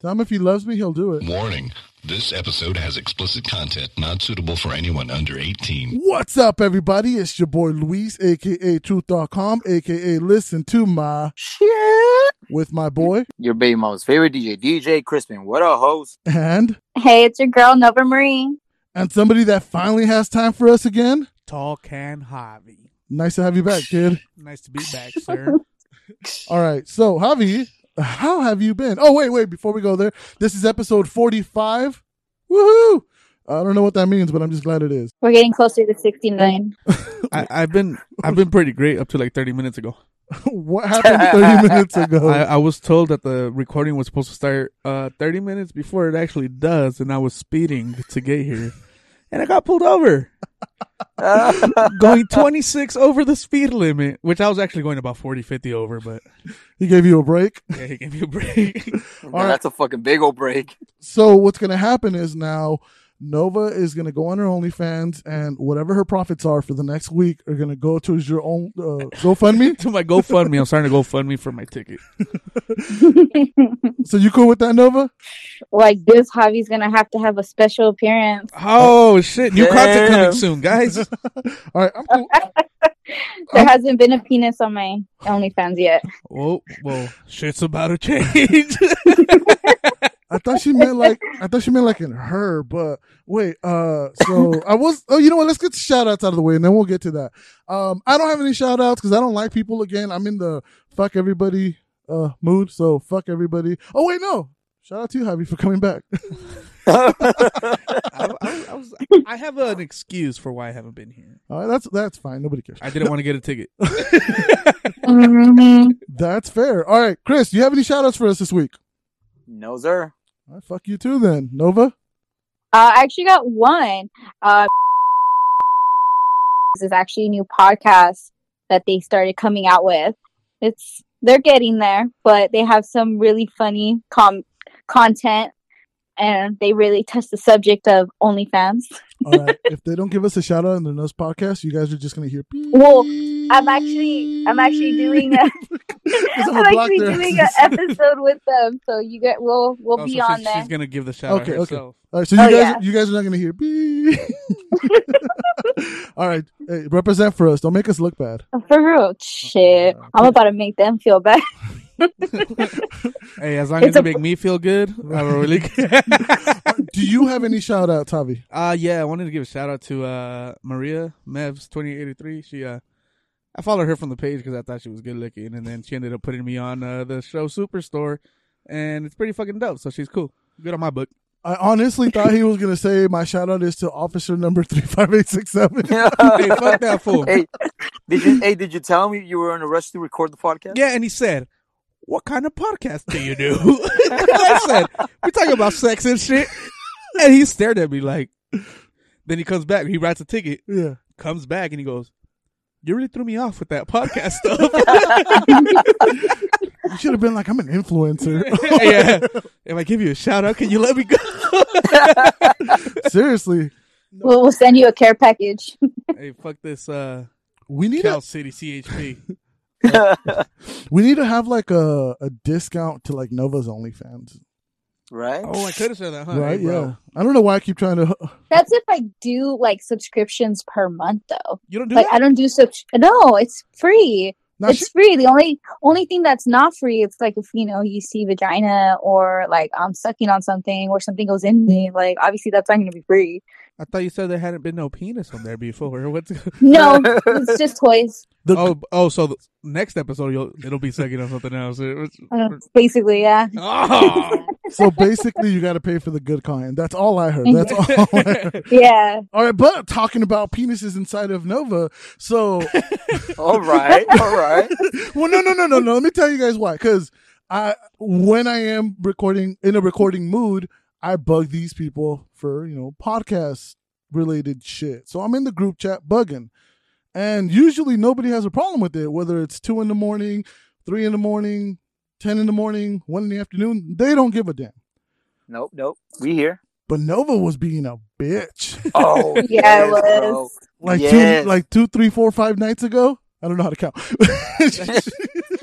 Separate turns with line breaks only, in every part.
Tell him if he loves me, he'll do it.
Warning this episode has explicit content not suitable for anyone under 18.
What's up, everybody? It's your boy Luis, aka Truth.com, aka Listen to My Shit with my boy
Your baby mama's favorite DJ, DJ Crispin. What a host.
and
Hey, it's your girl Nova Marie.
and somebody that finally has time for us again.
Tall Can Javi.
Nice to have you back, kid.
Nice to be back, sir.
All right. So, Javi, how have you been? Oh, wait, wait. Before we go there, this is episode 45. Woohoo! I don't know what that means, but I'm just glad it is.
We're getting closer to 69.
I, I've been I've been pretty great up to like thirty minutes ago.
what happened 30 minutes ago?
I, I was told that the recording was supposed to start uh thirty minutes before it actually does, and I was speeding to get here, and I got pulled over going twenty six over the speed limit, which I was actually going about 40, 50 over, but
he gave you a break.
yeah, he gave me a break.
right.
That's a fucking big old break.
So what's going to happen is now Nova is going to go on her OnlyFans, and whatever her profits are for the next week are going to go to your own uh, GoFundMe.
to my GoFundMe, I'm starting to GoFundMe for my ticket.
so you cool with that, Nova?
like this hobby's gonna have to have a special appearance.
Oh shit! New
Damn.
content coming soon, guys.
All right, I'm cool.
There hasn't been a penis on my OnlyFans yet.
Whoa, whoa, shit's about to change.
I thought she meant like I thought she meant like in her, but wait. Uh, so I was. Oh, you know what? Let's get the shout outs out of the way, and then we'll get to that. Um, I don't have any shout outs because I don't like people. Again, I'm in the fuck everybody uh mood, so fuck everybody. Oh wait, no. Shout out to you, Javi, for coming back.
I, I- I was- I have an excuse for why I haven't been here.
All right, that's that's fine. Nobody cares.
I didn't want to get a ticket.
Mhm.
That's fair. All right, Chris, do you have any shout outs for us this week?
no, sir.
All right, fuck you too then. Nova?
Uh, I actually got one. Uh, this is actually a new podcast that they started coming out with. It's they're getting there, but they have some really funny com- content, and they really touch the subject of OnlyFans.
All right. if they don't give us a shout out in the Nose podcast, you guys are just gonna hear beep.
Well, I'm actually I'm actually doing a,
Because I'm
I'm
gonna block
actually
their
doing an
asses.
episode with them, so you get we'll we'll
Oh, so
be
she's-
on
she's,
there.
gonna give the shout
Okay,
out
okay.
herself.
All right, so you
Oh,
guys
yeah.
you guys are not gonna hear beep. All right. Hey, represent for us. Don't make us look bad.
For real, shit, I'm about to make them feel bad.
Hey, as long
It's
as you
a-
make me feel good, I don't really.
Do you have any shout out, Tavi?
uh yeah, I wanted to give a shout out to uh Maria Mevs twenty eighty three. She uh. I followed her from the page because I thought she was good looking, and then she ended up putting me on uh, the show Superstore, and it's pretty fucking dope. So she's cool, good on my book.
I honestly thought he was gonna say my shout out is to officer number three five eight six seven.
Hey, fuck that fool.
hey, did you hey, did you tell me you were in a rush to record the podcast?
Yeah, and he said, "What kind of podcast do you do?" I said, "We talking about sex and shit." And he stared at me like. Then he comes back. He writes a ticket.
Yeah.
Comes back and he goes, "You really threw me off with that podcast stuff."
You should have been like, I'm an influencer.
yeah. If I give you a shout out, can you let me go?
Seriously.
We'll, we'll send you a care package.
hey, fuck this uh,
We need a
Cal City CHP.
We need to have like a, a discount to like Nova's OnlyFans,
Right?
Oh, I could have said that, huh?
right?
Hey, bro.
yeah. I don't know why I keep trying to.
That's if I do like subscriptions per month, though.
You don't do
Like
that.
I don't do sub. No, it's free.
Now, she,
it's free. The only only thing that's not free, it's like if you know you see vagina or like I'm sucking on something or something goes in me. Like obviously that's not going to be free.
I thought you said there hadn't been no penis on there before. What's
No, it's just toys.
the,
oh oh? So the next episode, you'll, it'll be sucking on something else. It was-
Uh, basically, yeah.
Oh.
so basically, you got to pay for the good content. That's all I heard. That's all. I heard.
Yeah.
All right, but talking about penises inside of Nova. So,
all right, all right.
well, no, no, no, no, no. Let me tell you guys why. Because I, when I am recording in a recording mood, I bug these people for you know podcast related shit. So I'm in the group chat bugging, and usually nobody has a problem with it. Whether it's two in the morning, three in the morning, ten in the morning, one in the afternoon, they don't give a damn.
Nope, nope. We here.
But Nova was being a bitch.
Oh,
Yeah,
yes,
it was.
bro.
Like
Yes.
two, like two, three, four, five nights ago. I don't know how to count.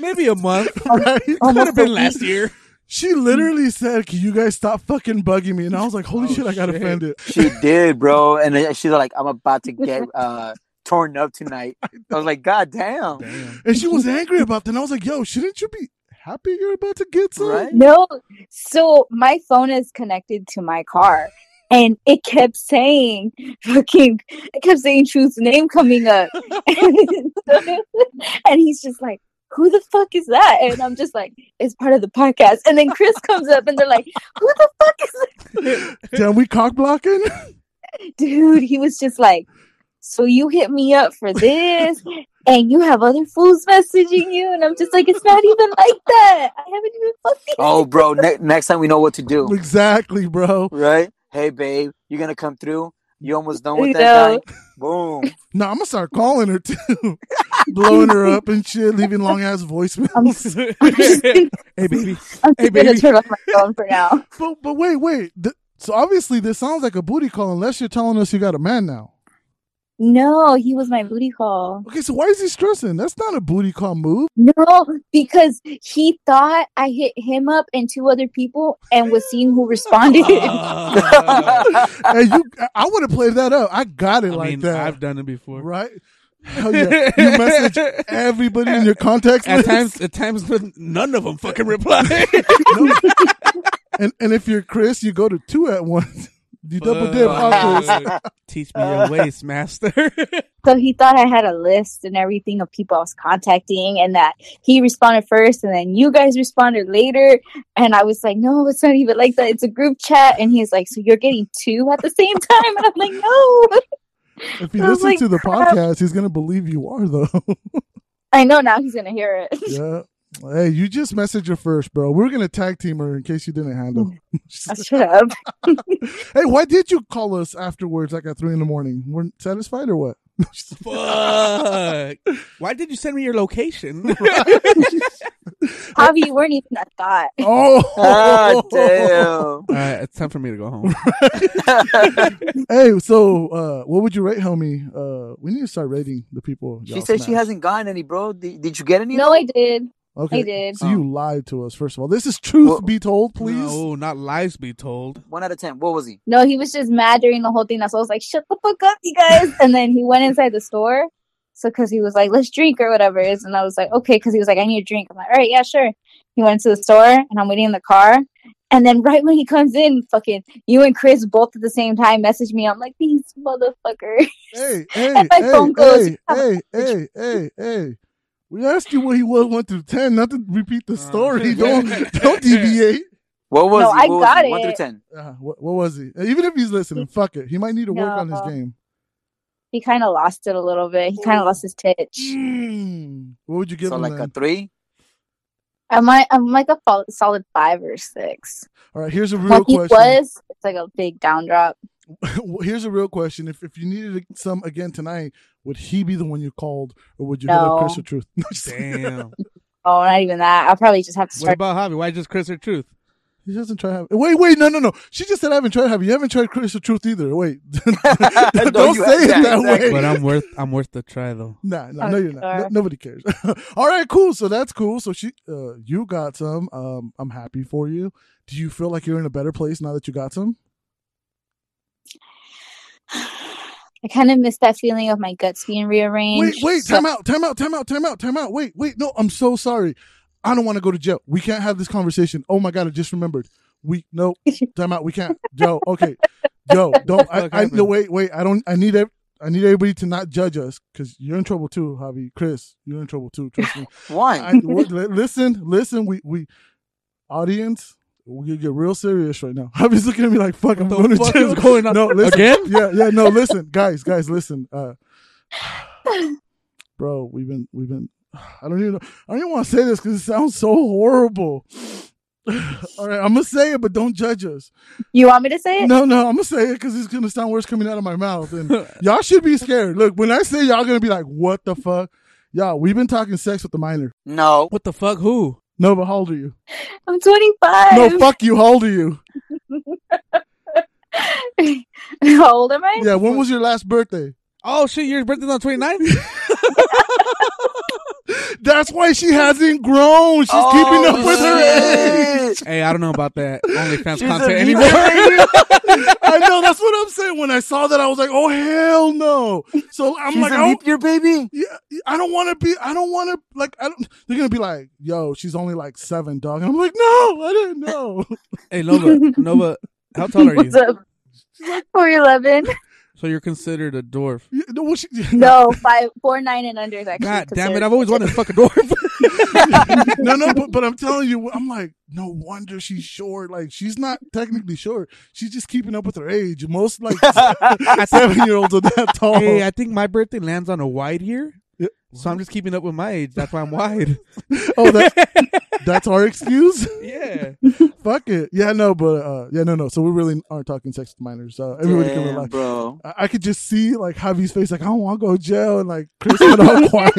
Maybe a month.
right?
Could
Almost
have been
a
last
week.
year.
She literally said, "Can you guys stop fucking bugging me?" And I was like, "Holy
Oh,
shit, I got
shit.
offended."
She did, bro. And then she's like, I'm about to get uh, torn up tonight. I was like, God damn.
Damn.
And she was angry about that. And I was like, "Yo, shouldn't you be happy you're about to get some?"
Right?
No, so my phone is connected to my car, and it kept saying fucking, it kept saying Truth's name coming up, and he's just like. Who the fuck is that? And I'm just like, it's part of the podcast. And then Chris comes up and they're like, who the fuck is
Damn, we cock blocking.
that? Dude, he was just like, so you hit me up for this and you have other fools messaging you. And I'm just like, it's not even like that. I haven't even fucking.
Oh, bro. Ne- next time we know what to do.
exactly, bro.
Right? Hey, babe, you going to come through? You almost done with
You
that
know.
guy? Boom.
No, I'm gonna start calling her too, blowing her up and shit, leaving long ass voicemails.
hey baby.
I'm
Oh, Hey,
just gonna
baby.
turn off my phone for now.
but but wait, wait. Th- so obviously this sounds like a booty call, unless you're telling us you got a man now.
No, he was my booty call.
Okay, so why is he stressing? That's not a booty call move.
No, because he thought I hit him up and two other people and was seeing who responded.
Uh,
and you, I- I would have played that up. I got it
I
like
mean,
that,
I've done it before.
right? Hell yeah. You message everybody in your contacts
at
list.
times, at times, none of them fucking reply.
No. and and if you're Chris, you go to two at once. You double dip.
Fuck.
Awkward.
Teach me your ways, master.
so he thought I had a list and everything of people I was contacting and that he responded first and then you guys responded later. And I was like, no, it's not even like that. It's a group chat. And he's like, so you're getting two at the same time? And I'm like, no.
If he
I
listens
was like,
to the
crap.
podcast, he's gonna believe you are though.
I know now he's going to hear it.
yeah. Hey, you just message her first, bro. We're gonna tag team her in case you didn't handle.
Shut up.
hey, why did you call us afterwards, like at three in the morning? Weren't satisfied or what?
Fuck. Why did you send me your location?
Javi, you weren't even a thought.
Oh,
Ah, damn.
Uh, it's time for me to go home.
Hey, so uh, what would you rate, homie? Uh, we need to start rating the people.
She
y'all
said she
smash.
hasn't gotten any, bro. Did, did you get any?
No, I did.
Okay,
I did.
So you lied to us. First of all, this is truth
Well-
be told, please.
No, not lies be told.
One out of ten. What was he?
No, he was just mad during the whole thing. That's why I was like, shut the fuck up, you guys. And then he went inside the store. So, because he was like, let's drink or whatever it is. And I was like, okay, because he was like, I need a drink. I'm like, all right, yeah, sure. He went to the store and I'm waiting in the car. And then right when he comes in, fucking you and Chris both at the same time message me. I'm like, these motherfuckers.
Hey, hey,
And my
hey,
phone goes,
hey, hey, hey, hey, hey. We asked you what he was one through ten, not to repeat the
Uh,
story. Don't don't deviate.
What was
No,
he?
I
What was
got
he? One through
it.
ten.
Uh, what, what was he? Even if he's listening, fuck it. He might need to work on his
No.
game.
He kind of lost it a little bit. He kind of lost his touch.
Mm. What would you give
So
him?
like
then?
a three.
I'm like, I'm like a fol- solid five or six.
All right, here's a real
What he
question.
was, it's like a big down drop.
Well, here's a real question: If if you needed some again tonight, would he be the one you called, or would you hit
No.
up Chris or Truth?
Damn.
Oh, not even that. I'll probably just have to
What
start.
about Javi? Why just Chris or Truth?
He doesn't try. Have- wait, wait, no, no, no. She just said I haven't tried. Have you haven't tried Chris or Truth either? Wait, don't,
No, you
say it
haven't.
that
Exactly.
way.
But I'm worth. I'm worth the try though.
Nah, nah,
Oh,
no, you're not. No-
sure.
nobody cares. All right, cool. So that's cool. So she, uh, you got some. Um, I'm happy for you. Do you feel like you're in a better place now that you got some?
I kind of miss that feeling of my guts being
Wait,
rearranged.
wait,
So-
time out, time out, time out, time out, time out. Wait, wait, no, I'm so sorry. I don't want to go to jail. We can't have this conversation. Oh my god, I just remembered. We no, time out. We can't. Yo, okay, yo, don't. I,
Fuck
I no,
happened?
wait, wait. I don't. I need. ev- I need everybody to not judge us because you're in trouble too, Javi. Chris, you're in trouble too. Trust me. I,
Why?
w- li- listen, listen. We we audience, we get real serious right now. Javi's looking at me like, fuck, I'm
What
going
the
to
fuck
jail.
is going on
No, listen.
again?
Yeah, yeah. No, listen, guys, guys, listen. Uh, bro, we've been, we've been. I don't even, know, I don't even want to say this because it sounds so horrible. All right, I'm gonna say it, but don't judge us.
You want me to say it?
No, no, I'm gonna say it because it's gonna sound worse coming out of my mouth, and y'all should be scared. Look, when I say y'all gonna be like, "What the fuck?" Y'all, we've been talking sex with the minor.
No.
What the fuck? Who?
No, but how old are you?
I'm 25.
No, fuck you. How old are you?
How old am I?
Yeah, when was your last birthday?
Oh shit! Your birthday's on 29th?
That's why she hasn't grown. She's
Oh,
keeping up with her age.
her
Hey, I don't know about that OnlyFans
She's a
content
diva,
anymore.
I know that's what I'm saying. When I saw that, I was like, "Oh hell no!" So I'm
She's
like, "Oh."
a
I don't,
leap year baby.
yeah, I don't want to be. I don't want to like. I don't. They're gonna be like, "Yo, she's only like seven, dog." And I'm like, "No, I didn't know."
hey, Nova, Nova, how tall are you?
What's up? Four eleven?
So you're considered a dwarf.
You know, well, she,
No, five, four, nine, and under is actually.
God damn it!
considered-
I've always wanted to fuck a dwarf.
no, no, but, but I'm telling you, I'm like, no wonder she's short. Like, she's not technically short. She's just keeping up with her age. Most like seven year olds are that tall.
hey, I think my birthday lands on a wide year,
Oh. Yeah.
so I'm just keeping up with my age. That's why I'm wide.
Oh, that, that's our excuse.
yeah.
Fuck it. Yeah, no, but uh, yeah, no, no. So we really aren't talking sex to minors. Uh, everybody can
Damn,
relax.
bro.
I I could just see like Javi's face, like I don't want to go to jail, and like Chris went all quiet.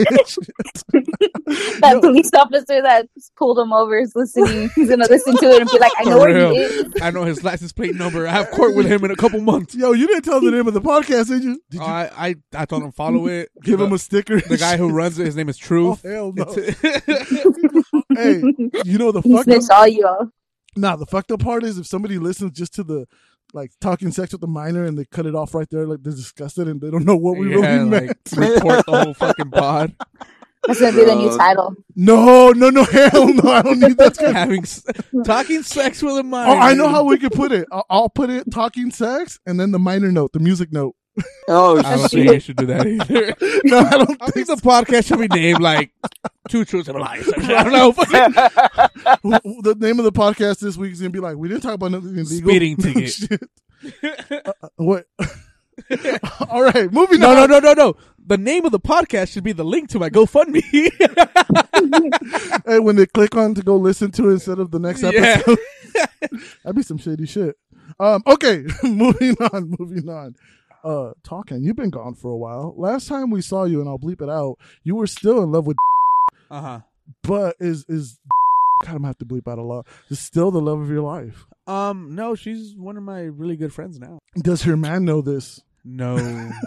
That
Yo,
police officer that pulled him over is listening. He's gonna listen to it and be like, "I know
For
where he
real.
is."
I know his license plate number. I have court with him in a couple months.
yo, you didn't tell the name of the podcast, did you? Did you
Oh, I, I I told him follow it.
give
the,
him a sticker?
the guy who runs it. His name is
Oh
Truth.
hell no!
It's-
hey, you know the
he
fucked up.
snitched all you all.
Nah, the fucked up part is if somebody listens just to the like talking sex with the minor and they cut it off right there, like they're disgusted and they don't know what we really meant.
like report the whole fucking pod.
That's gonna be the new
Bro.
title.
No, no, no, hell no! I don't need that.
Having s- talking sex with a minor.
Oh, I know how we could put it. I'll, I'll put it talking sex and then the minor note, the music note.
I
Oh
don't think
shit.
we should do that either.
No, I don't
I think the podcast should be named like Two Truths and a Lie. or some shit. I don't know. Fucking
Wh- wh- the name of the podcast this week is gonna be like we didn't talk about nothing illegal.
Speeding ticket.
Shit. Uh, What? All right, moving
No,
on.
no, no, no, no. The name of the podcast should be the link to my GoFundMe.
Hey, when they click on to go listen to it instead of the next
Yeah.
episode, that'd be some shady shit. Um, okay, moving on, moving on. Uh, talking. You've been gone for a while. Last time we saw you, and I'll bleep it out. You were still in love with,
uh
but is is kind of have to bleep out a lot. Is still the love of your life.
huh. Um, no, she's one of my really good friends now.
Does her man know this?
No.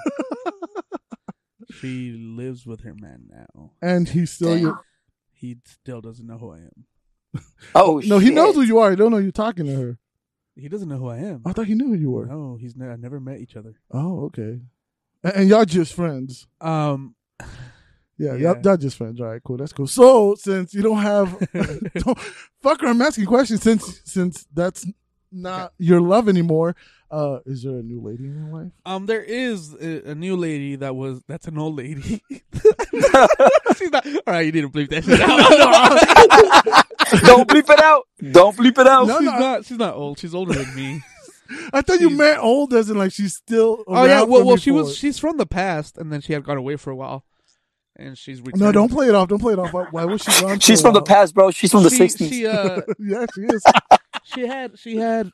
she lives with her man now.
And he's still your.
He still doesn't know who I am.
Oh shit.
No, he knows who you are. I don't know you're talking to her.
He doesn't know who I am.
I thought he knew who you were.
No, he's ne- I never met each other.
Oh, okay. And, and y'all just friends.
Um,
Yeah,
Yeah.
Y'all, y'all just friends. All right, cool. That's cool. So since you don't have, don't, fucker, I'm asking questions. Since since that's not your love anymore, uh, is there a new lady in your life?
um, there is a, a new lady that was. That's an old lady. she's not. All right, you didn't believe that. Shit out.
don't bleep it out. Don't bleep it out.
No,
she's
no.
not. She's not old. She's older than me.
I thought you
She's-
meant old, as in like she's still.
Oh yeah,
around
well,
from
well, she was
before.
she's from the past, and then she had gone away for a while, and she's returned.
No, don't play it off. Don't play it off. Why, why was she gone? for
She's
a
from the
while?
past, bro. She's from the
she,
sixties.
She uh,
yeah, she is.
she had she had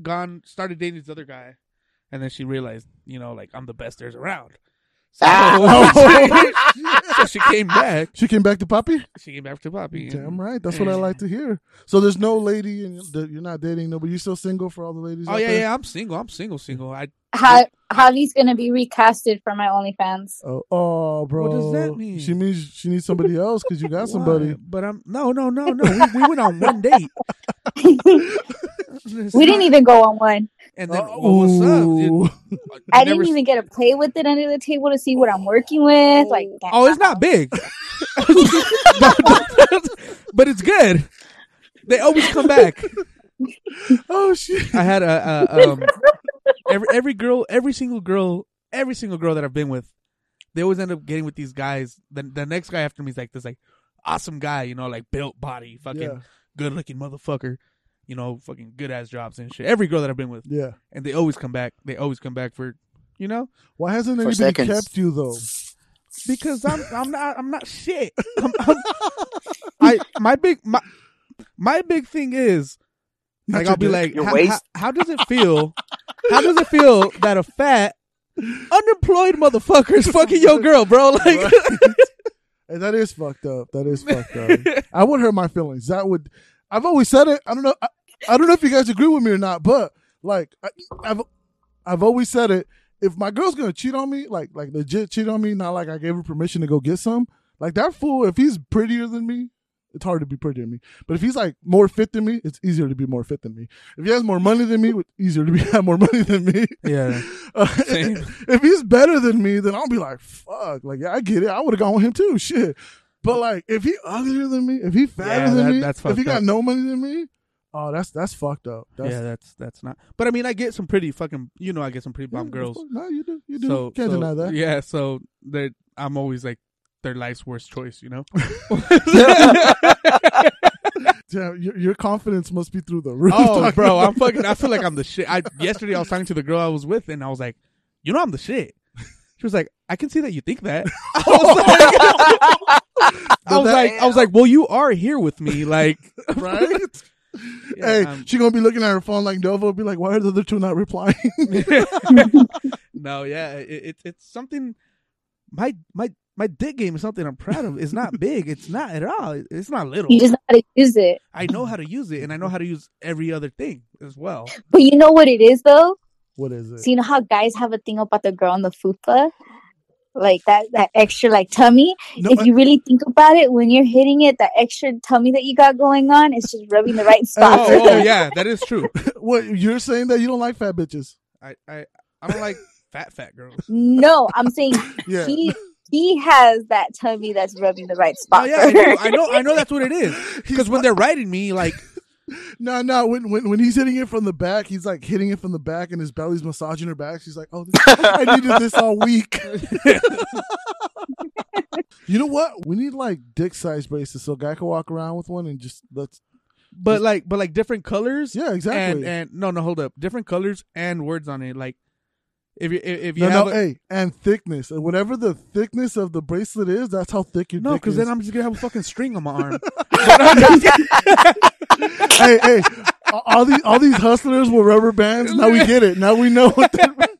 gone started dating this other guy, and then she realized, you know, like I'm the best there's around. So, so she came back.
she came back to Poppy.
She came back to Poppy. and-
Damn right. That's what I like to hear. So there's no lady, and that you're not dating nobody. You still single for all the ladies?
Oh
out
yeah,
there?
yeah. I'm single. I'm single. Single. I.
How Javi's gonna be recasted for my OnlyFans.
Oh, oh, bro.
does that mean?
She means she needs somebody else because you got somebody.
Why? But I'm no, no, no, no. We, we went on one date.
We didn't even go on one.
And then well, what's up? dude?
Oh, Ooh.
I
Never
didn't even get to play with it under the table to see what I'm working with. Like,
Oh, it's not big, but it's good. They always come back.
Oh shit!
I had a, a um, every every girl, every single girl, every single girl that I've been with, they always end up getting with these guys. Then the next guy after me is like this, like awesome guy, you know, like built body, fucking
Yeah,
good looking motherfucker, you know, fucking good ass jobs and shit. Every girl that I've been with,
yeah.
and they always come back. They always come back for, you know,
Why hasn't
For
anybody
seconds.
kept you though?
because I'm I'm not I'm not shit. I'm, I'm, I my big my my big thing is
Not
like
your
I'll be
dick.
like
Your
how,
waist?
how, how does it feel? How does it feel that a fat unemployed motherfucker is fucking your girl, bro? Like
Hey, that is fucked up. That is fucked up. I would hurt my feelings. That would. I've always said it. I don't know. I, I don't know if you guys agree with me or not, but like I, I've I've always said it. if my girl's gonna cheat on me, like like legit cheat on me, not like I gave her permission to go get some, like that fool, if he's prettier than me, it's hard to be prettier than me. But if he's like more fit than me, it's easier to be more fit than me. If he has more money than me, it's easier to be have more money than me.
Yeah.
Uh,
Same.
if he's better than me, then I'll be like, fuck, like yeah, I get it. I would have gone with him too, shit. But like, if he uglier than me, if he fatter
Yeah,
than
that-
me,
that's
if he
fucked
got
up.
no money than me, oh, that's that's fucked up. That's,
yeah, that's that's not. But I mean, I get some pretty fucking. You know, I get some pretty
yeah,
bomb
of
girls.
course. No, you do, you do.
So
Can't
so-
deny that.
Yeah, so they I'm always like their life's worst choice. You know.
Damn, your, your confidence must be through the roof.
oh,
dog.
bro, I'm fucking. I feel like I'm the shit. I yesterday I was talking to the girl I was with, and I was like, you know, I'm the shit. She was like, I can see that you think that. I was like, I was like, I was like, well, you are here with me, like,
right?
Yeah,
hey,
I'm-
she gonna be looking at her phone like Novo, be like, why are the other two not replying?
no, yeah, it, it's it's something. My my my dick game is something I'm proud of. It's not big. It's not at all. It's not little.
You just gotta use it.
I know how to use it, and I know how to use every other thing as well.
But you know what it is though?
what is it?
So you know how guys have a thing about the girl in the fupa? Like that that extra like tummy.
No,
if you really think about it, when you're hitting it, that extra tummy that you got going on, it's just rubbing the right spot.
Oh, oh, yeah, that is true.
what you're saying that you don't like fat bitches?
I I, I don't like fat fat girls.
No, I'm saying
Yeah.
he he has that tummy that's rubbing the right
Oh
spot. for
yeah, I know,
her.
I know, I know that's what it is. Because when they're riding me, like
No, no. When, when when he's hitting it from the back, he's like hitting it from the back, and his belly's massaging her back. She's like, "Oh, this, I needed this all week." you know what? We need like dick size braces so a guy can walk around with one and just let's.
but like but like different colors.
Yeah, exactly.
And and no no hold up, different colors and words on it. Like if you if, if you
no,
have
no,
a,
hey, and thickness, and whatever the thickness of the bracelet is, that's how thick your
no,
dick
because
is.
then I'm just gonna have a fucking string on my arm.
hey, hey, all these all these hustlers with rubber bands. Now we get it. Now we know what that.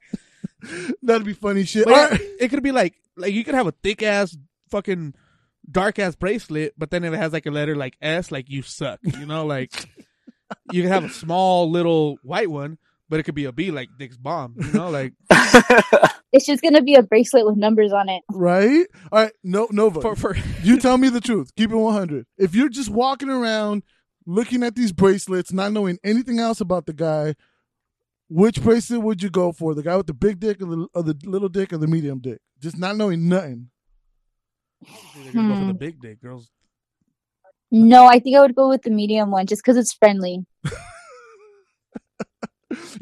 That'd be funny shit.
But
All right.
yeah, it could be like like you could have a thick ass fucking dark ass bracelet, but then if it has like a letter like S, like you suck. You know, like you could have a small little white one, but it could be a B like Dick's bomb. You know, like
It's just gonna be a bracelet with numbers on it.
Right? All right. No, Nova.
for for
you tell me the truth. Keep it 100. If you're just walking around looking at these bracelets, not knowing anything else about the guy, which bracelet would you go for? The guy with the big dick or the, or the little dick or the medium dick? Just not knowing nothing.
they're gonna go for
Hmm.
the big dick girls.
No, I think I would go with the medium one just because it's friendly.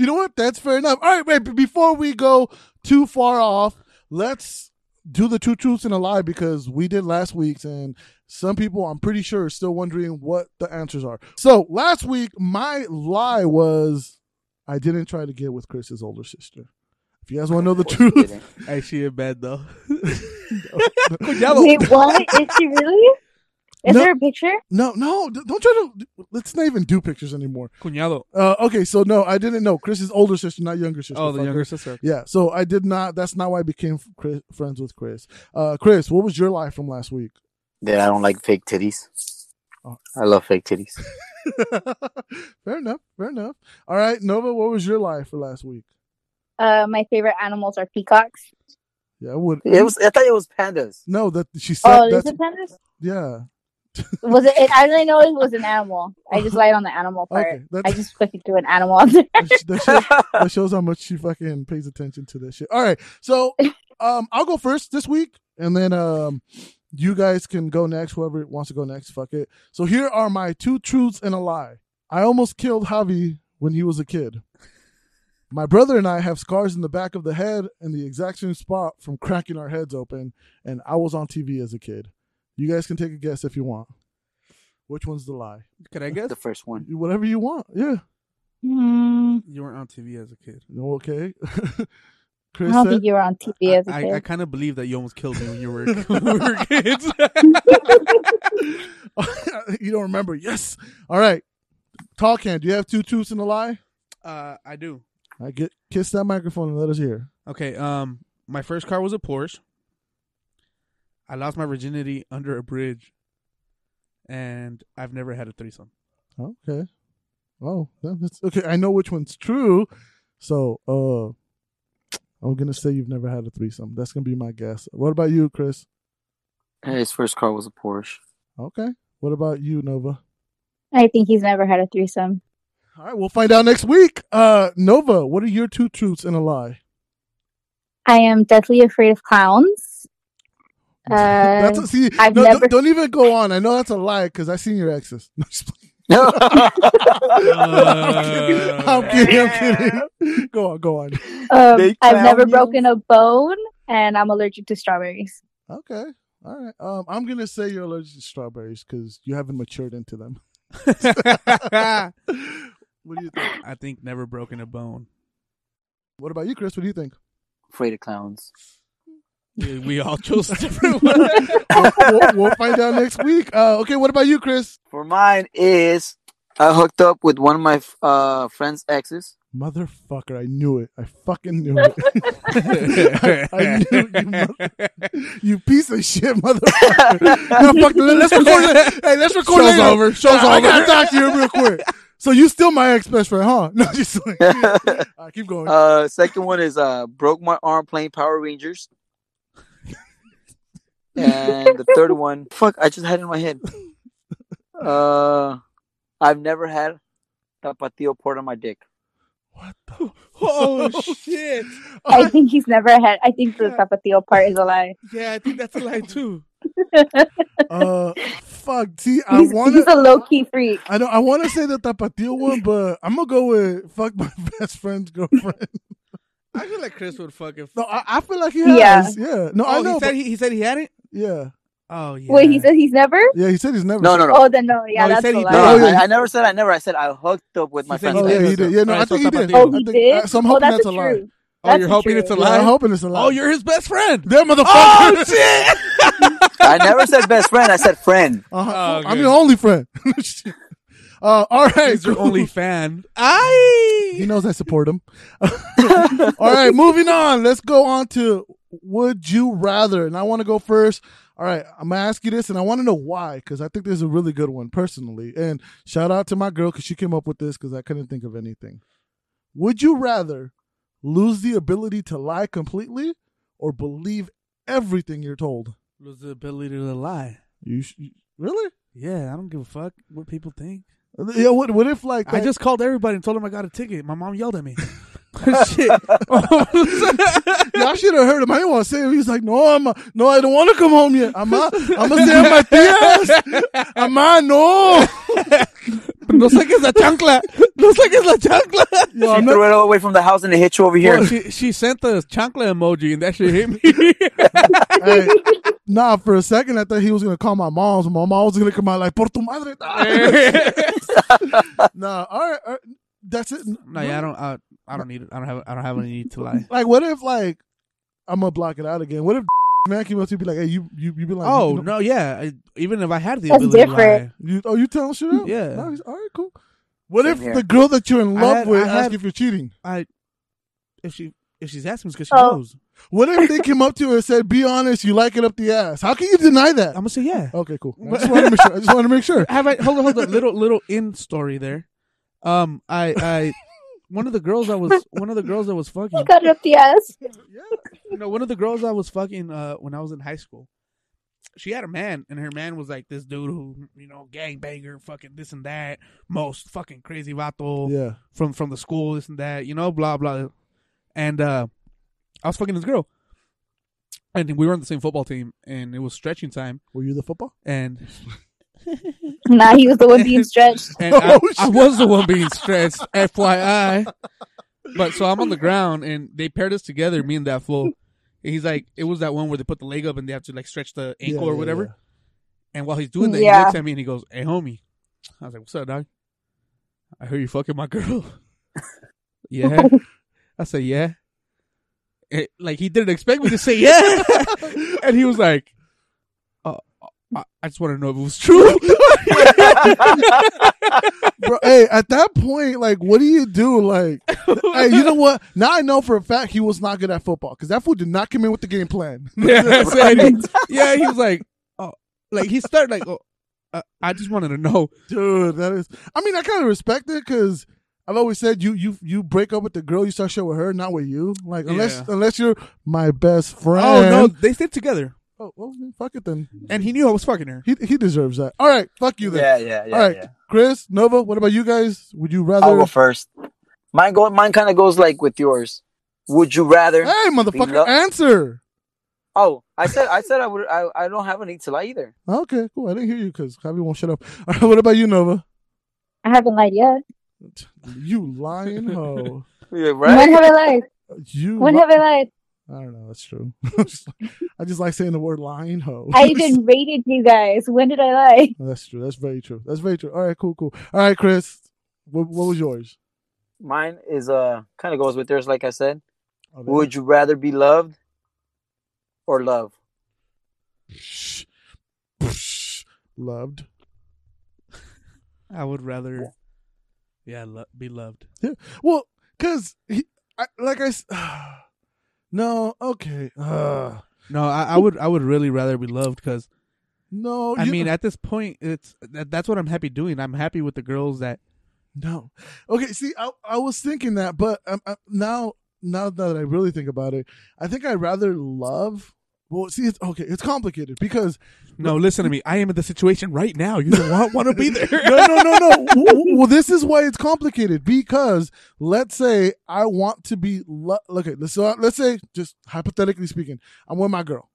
You know what? That's fair enough. All right, wait. but Before we go too far off, let's do the two truths and a lie because we did last week's, and some people I'm pretty sure are still wondering what the answers are. So last week, my lie was I didn't try to get with Chris's older sister. If you guys want to know the truth,
Hey, she in bed though. Oh.
Wait, what? Is she really? Is
No.
there a picture?
no, no, d- don't try to. Let's not even do pictures anymore.
Cuñado.
Uh, okay, so no, I didn't know Chris's older sister, not younger sister.
Oh, the
fucker.
younger sister.
Yeah, so I did not. That's not why I became f- Chris, friends with Chris. Uh, Chris, what was your lie from last week?
Dude, I don't like fake titties.
Oh.
I love fake titties.
fair enough. Fair enough. All right, Nova, what was your lie for last week?
Uh, my favorite animals are peacocks.
Yeah, I would.
It was. I thought it was pandas.
No, that she said.
oh, is
that's,
it pandas?
yeah.
Was it? I didn't know it was an animal. I just lied on the animal part.
Okay,
I
that's,
just fucking threw an animal out there.
that, sh- that, shows, that shows how much she fucking pays attention to this shit. All right, so um, I'll go first this week, and then um, you guys can go next. Whoever wants to go next, fuck it. So here are my two truths and a lie. I almost killed Javi when he was a kid. My brother and I have scars in the back of the head in the exact same spot from cracking our heads open, and I was on TV as a kid. You guys can take a guess if you want. Which one's the lie?
Could I guess?
The first one.
Whatever you want. Yeah.
Hmm,
You weren't on TV as a kid.
Okay.
I
Chris
don't
said,
think you were on TV as a
I,
kid.
I, I kind of believe that you almost killed me when you were, when we were kids.
you don't remember. Yes. All right. Tall can. Do you have two truths and a lie?
uh, I do.
I get kiss that microphone and let us hear.
Okay. Um, my first car was a Porsche. I lost my virginity under a bridge, and I've never had a threesome.
Okay. Oh, that- that's okay. I know which one's true. So, uh, I'm gonna say you've never had a threesome. That's gonna be my guess. What about you, Chris?
His first car was a Porsche.
Okay. What about you, Nova?
I think he's never had a threesome.
All right, we'll find out next week. Uh, Nova, what are your two truths and a lie?
I am deathly afraid of clowns. Uh,
that's a, see,
I've
no,
never-
don't, don't even go on. I know that's a lie because I seen your exes. No, just kidding.
Uh.
I'm kidding. I'm kidding. Go on. Go on.
um,
They
I've
clown you?
never broken a bone, and I'm allergic to strawberries.
Okay. All right. Um, I'm gonna say you're allergic to strawberries because you haven't matured into them.
I
What do you think?
think never broken a bone.
What about you, Chris? What do you think?
Afraid of clowns.
Yeah, we all chose different ones.
we'll, we'll- we'll find out next week. Uh, okay. What about you, Chris?
For mine is I hooked up with one of my uh, friend's exes.
Motherfucker! I knew it. I fucking knew it. I, I knew you, mother- you piece of shit, motherfucker. Now, fuck, let's record. it. Hey, let's record.
Show's
later.
over. Show's
I, I gotta
over.
talk to you real quick. So you still my ex best friend, huh? No, just like, all right, keep going.
uh, second one is uh, broke my arm playing Power Rangers. and the third one, fuck, I just had it in my head. Uh, I've never had tapatio poured on my dick.
what the?
oh shit!
Oh.
I think he's never had. I think the tapatio part is a lie.
Yeah, I think that's a lie too.
Uh, fuck. See, I
He's,
wanna.
he's a low key freak.
I know I want to say the tapatio one, but I'm gonna go with fuck my best friend's girlfriend.
I feel like Chris would fucking.
No, I, I feel like he
Yeah.
has. Yeah. No,
oh,
I know.
he said
but-
he, he said he had it.
yeah.
Oh yeah.
Wait, he says he's never.
Yeah. He said he's never.
No, no, no.
Oh, then no, yeah,
No, he
that's
said
a
he
lie.
No,
Oh, yeah.
I, I never said I never. I said I hooked up with my
He said
friend's
Oh
he
yeah,
did.
he did. Yeah, no,
Alright,
I think
so
he did.
tapatio.
Oh,
I
he
think-
did.
uh, so I'm
Oh,
hoping
that's,
that's
a
a lie.
truth.
Oh, you're
That's
hoping
true.
it's a
Yeah, I'm
lie.
hoping it's a lie.
Oh, you're his best friend.
that motherfucker.
Oh shit!
I never said best friend. I said friend.
Uh-huh.
Oh,
I'm
good.
your only friend. uh, all right,
He's your
cool.
only fan. I.
He knows I support him. All right, moving on. Let's go on to would you rather, and I want to go first. All right, I'm gonna ask you this, and I want to know why, because I think this is a really good one personally. And shout out to my girl because she came up with this because I couldn't think of anything. Would you rather lose the ability to lie completely or believe everything you're told?
Lose the ability to lie.
You sh- really?
Yeah, I don't give a fuck what people think.
Yeah. What? What if like
I
that-
just called everybody and told them I got a ticket. My mom yelled at me. Shit. Oh,
Y'all should have heard him. I didn't want to say it. He's like, no, I'm, no, I don't want to come home yet. I'm, I'm gonna stay at my tías. I'm, no.
no saques la chancla. No saques la chancla.
Yo,
She
I'm
threw
not,
it all away from the house and it hit you over here.
Well, she, she sent the chancla emoji and that shit hit me.
hey, nah, for a second, I thought he was gonna call my mom's. My mom was gonna come out like, por tu madre. nah, all right, all right. that's it.
no, yeah, I don't. I, I don't need. I don't have. I don't have any need to lie.
Like, what if like I'm gonna block it out again? What if man came up to you be like, hey, you, you, you be like,
Oh
you,
no, yeah. I, even if I had the
That's
ability
different.
you, oh, you telling shit up?
Yeah.
No, he's- all right, cool. What
Same
if
here.
the girl that you're in
I
love
had-
with
I
asks
had-
you if you're cheating?
to lie, I if she if she's asking, because she
Oh.
knows,
What if they came up to her and said, "Be honest, you like it up the ass"? How can you deny that?
I'm gonna say yeah.
Okay, cool. I just want to make sure. I just want to make sure.
have I hold on hold on little little in story there. Um I I one of the girls I was one of the girls I was
He
fucking
got it up the ass.
no one of the girls I was fucking uh when I was in high school. She had a man and her man was like this dude who, you know, gangbanger, fucking this and that, most fucking crazy vato
Yeah.
from from the school, this and that, you know, blah blah. And uh I was fucking this girl. And we were on the same football team and it was stretching time
Were you the football?
and
Nah, he was the one being stretched.
And
Oh,
I, I
shit.
was the one being stressed, FYI. But so I'm on the ground and they paired us together, me and that fool. And he's like, it was that one where they put the leg up and they have to like stretch the ankle
Yeah,
or
yeah,
whatever. And while he's doing that, he
Yeah.
looks at me and he goes, Hey homie. I was like, What's up, dog? I heard you fucking my girl. yeah. I said, Yeah. It- like he didn't expect me to say yeah. and he was like, uh, I, I just want to know if it was true.
yeah. Bro, hey, at that point, like, what do you do? Like, hey, you know what? Now I know for a fact he was not good at football because that fool did not come in with the game plan.
Yeah, so- yeah, he was like, oh, like he started like, oh, uh, I just wanted to know.
Dude, that is. I mean, I kind of respect it because I've always said you you you break up with the girl, you start shit with her, not with you. Like unless
Yeah.
unless you're my best friend.
Oh no, they stayed together,
Oh, well, then fuck it then.
and he knew I was fucking her.
He he deserves that. All right, fuck you then.
Yeah, yeah, yeah.
All right,
yeah.
Chris, Nova. What about you guys? Would you rather?
I'll go first. Mine go. Mine kind of goes like with yours. Would you rather?
Hey, motherfucker,
Love-
answer.
Oh, I said. I said I would. I, I don't have a need to lie either.
Okay, cool. I didn't hear you because Javi won't shut up. All right, what about you, Nova?
I haven't lied yet.
You lying hoe.
Yeah,
When
right.
have I lied?
You.
When
li-
have I lied?
I don't know. That's true. I just like saying the word lying hoe.
I even rated you guys. When did I lie?
That's true. That's very true. That's very true. All right, cool, cool. All right, Chris. What, what was yours?
Mine is uh kind of goes with yours, like I said.
Oh, there.
Would you rather be loved or love?
Psh, psh, loved.
I would rather, yeah, lo- be loved.
Well, because he, I, like I, s- no, okay, uh,
No, I, I would, I would really rather be loved because
no.
I
you-
mean, at this point, it's that, that's what I'm happy doing. I'm happy with the girls that
No. Okay. See, I, I was thinking that, but um, uh, now now that I really think about it, I think I'd rather love. Well, see, it's okay. It's complicated because
No, listen to me. I am in the situation right now. You don't want to be there.
no, no, no, no. W- w- well, this is why it's complicated because let's say I want to be lo- okay. Let's so let's say just hypothetically speaking, I'm with my girl.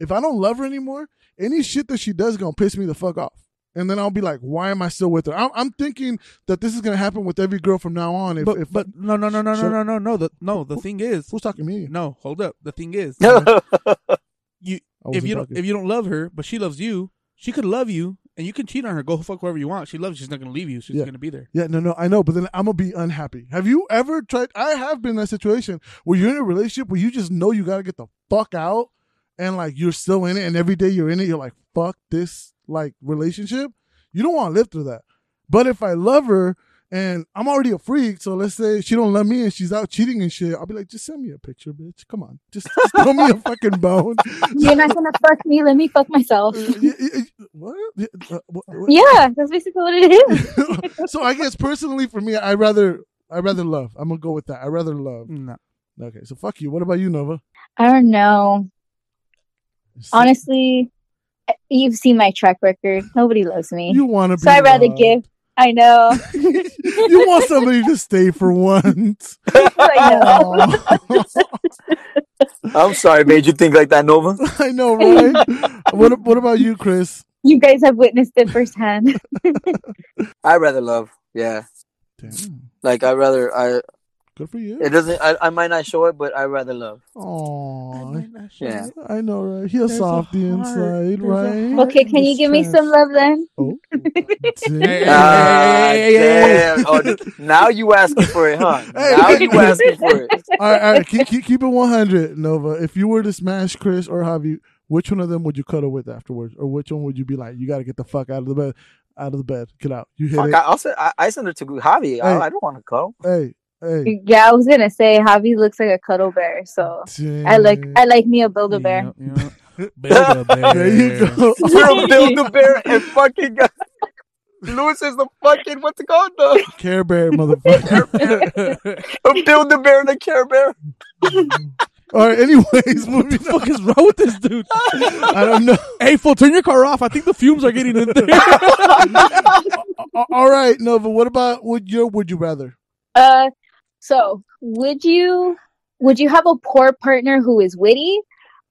If I don't love her anymore, any shit that she does is gonna piss me the fuck off, and then I'll be like, why am I still with her? I'm, I'm thinking that this is gonna happen with every girl from now on. If,
But
if
but no no no no no
Sure.
no no no the no the thing is
who's talking to me?
no hold up the thing is you
I
if
wasn't
you don't
talking.
if you don't love her but she loves you she could love you and you can cheat on her go fuck whoever you want she loves you she's not gonna leave you she's
Yeah.
gonna be there
Yeah, no, no, I know, but then I'm gonna be unhappy. Have you ever tried? I have been in that situation where you're in a relationship where you just know you gotta get the fuck out, and like you're still in it, and every day you're in it, you're like, fuck this like relationship. You don't want to live through that. But if I love her and I'm already a freak, so let's say she don't love me and she's out cheating and shit, I'll be like, just send me a picture, bitch. Come on, just, just throw me a fucking bone.
You're not gonna fuck me. Let me fuck myself.
Y- y- y- what? Y- uh, what- what?
Yeah, that's basically what it is.
so I guess personally for me, I rather I rather love. I'm gonna go with that. I rather love.
no
Okay, so fuck you. What about you, Nova?
I don't know. Honestly, eh, you've seen my track record. Nobody loves me.
you want to be.
so I'd rather
loved.
give. I know.
you want somebody to stay for once.
I know.
Aw.
I'm sorry, made you think like that, Nova.
I know, right? what What about you, Chris?
You guys have witnessed it firsthand.
I rather love. Yeah,
Damn,
like I rather. I
good for you.
it doesn't. I, I might not show it, but I rather love.
Aw.
Yeah.
I know, right? He's
There's a
soft the
heart.
inside,
There's a
right?
heart.
okay, can you give me some love then?
Oh, damn.
Hey,
Ah,
hey, hey, hey, hey.
damn. Oh, now you asking for it, huh?
Hey.
Now you asking for it.
all right, all right. Keep, keep, keep it 100, Nova. If you were to smash Chris or Javi, which one of them would you cuddle with afterwards? Or which one would you be like, you got to get the fuck out of the bed? Out of the bed. Get out. You hit
Fuck,
it.
I, I'll send, I, I send it to Javi.
Hey.
I, I don't want to go.
Hey, hey.
Yeah, I was gonna say Javi looks like a cuddle bear, so I like I like me a build a bear.
Yeah, yeah. Build-A-Bear.
There you go.
You're Build a Bear and fucking Lewis is the fucking what's it called? The
Care Bear, motherfucker.
Build a Bear and the Care Bear.
all right, anyways,
what the
moving on.
fuck is wrong with this dude
I don't know.
hey fool turn your car off I think the fumes are getting in there
A- All right, Nova, what about would your would you rather?
Uh, so would you would you have a poor partner who is witty,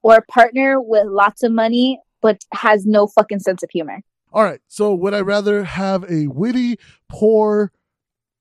or a partner with lots of money but has no fucking sense of humor?
All right, so would I rather have a witty, poor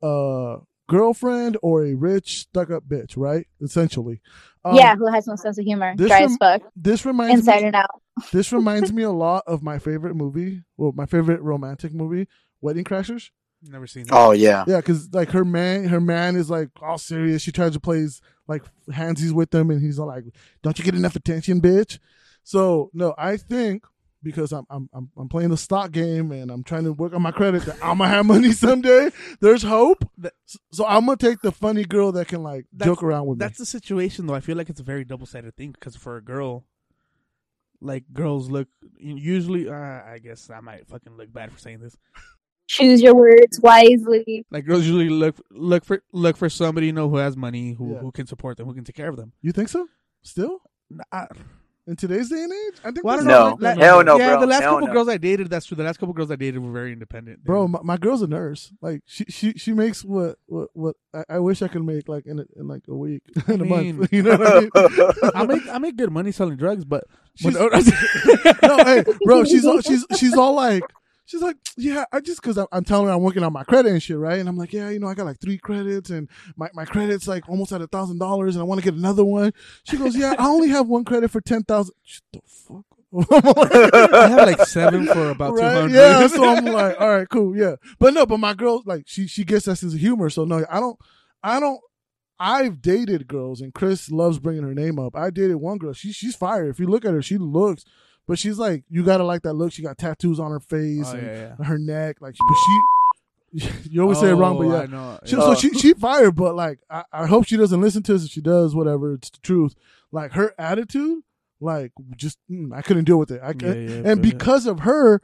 uh girlfriend or a rich, stuck up bitch, right? Essentially. Um,
yeah, who has no sense of humor,
this
dry
rem-
as fuck,
This reminds me
inside and out.
this reminds me a lot of my favorite movie. Well, my favorite romantic movie, Wedding Crashers.
never seen that
Oh yeah.
Yeah, because like her man, her man is like all serious. She tries to play like handsies with him, and he's all like, "Don't you get enough attention, bitch?" So no, I think because I'm I'm I'm, I'm playing the stock game and I'm trying to work on my credit that I'm gonna have money someday. There's hope.
That-
S- So I'm gonna take the funny girl that can like
That's-
joke around with me.
That's the situation, though. I feel like it's a very double sided thing because for a girl, like girls look usually. Uh, I guess I might fucking look bad for saying this,
Choose your words wisely.
Like girls usually look look for look for somebody you know who has money, who
Yeah.
who can support them, who can take care of them.
You think so? Still
I,
in today's day and age, I think
well, I
that's
don't
No.
know.
not like that.
Hell Oh, no,
yeah,
bro.
the last
Hell
couple
no.
girls I dated, that's true. The last couple girls I dated were very independent, They
bro.
were-
My, my girl's a nurse. Like she she she makes what what what I, I wish I could make like in a, in like a week in a
mean-
month. You know what I mean?
I make I make good money selling drugs, but
She's-
but-
no, hey, bro, she's all, she's she's all like, she's like, yeah, I just because I'm, I'm telling her I'm working on my credit and shit, right? And I'm like, yeah, you know, I got like three credits and my, my credit's like almost at a thousand dollars, and I want to get another one. She goes, yeah, I only have one credit for ten thousand. The fuck.
I have like seven for about two
Right?
hundred.
Yeah, so I'm
Oh,
like, all right, cool, yeah. But no, but my girl, like, she she gets that sense of humor. So no, I don't, I don't. I've dated girls, and Chris loves bringing her name up. I dated one girl. She she's fire. If you look at her, she looks, but she's like, you gotta like that look. She got tattoos on her face
Oh,
and
yeah,
her neck. Like, but she, you always say it wrong, but
Oh,
yeah,
I know.
she,
Oh.
So she she fired, but like I, I hope she doesn't listen to us. If she does, whatever, it's the truth. Like her attitude, like just mm, I couldn't deal with it. I,
Yeah, yeah,
and
but-
because of her,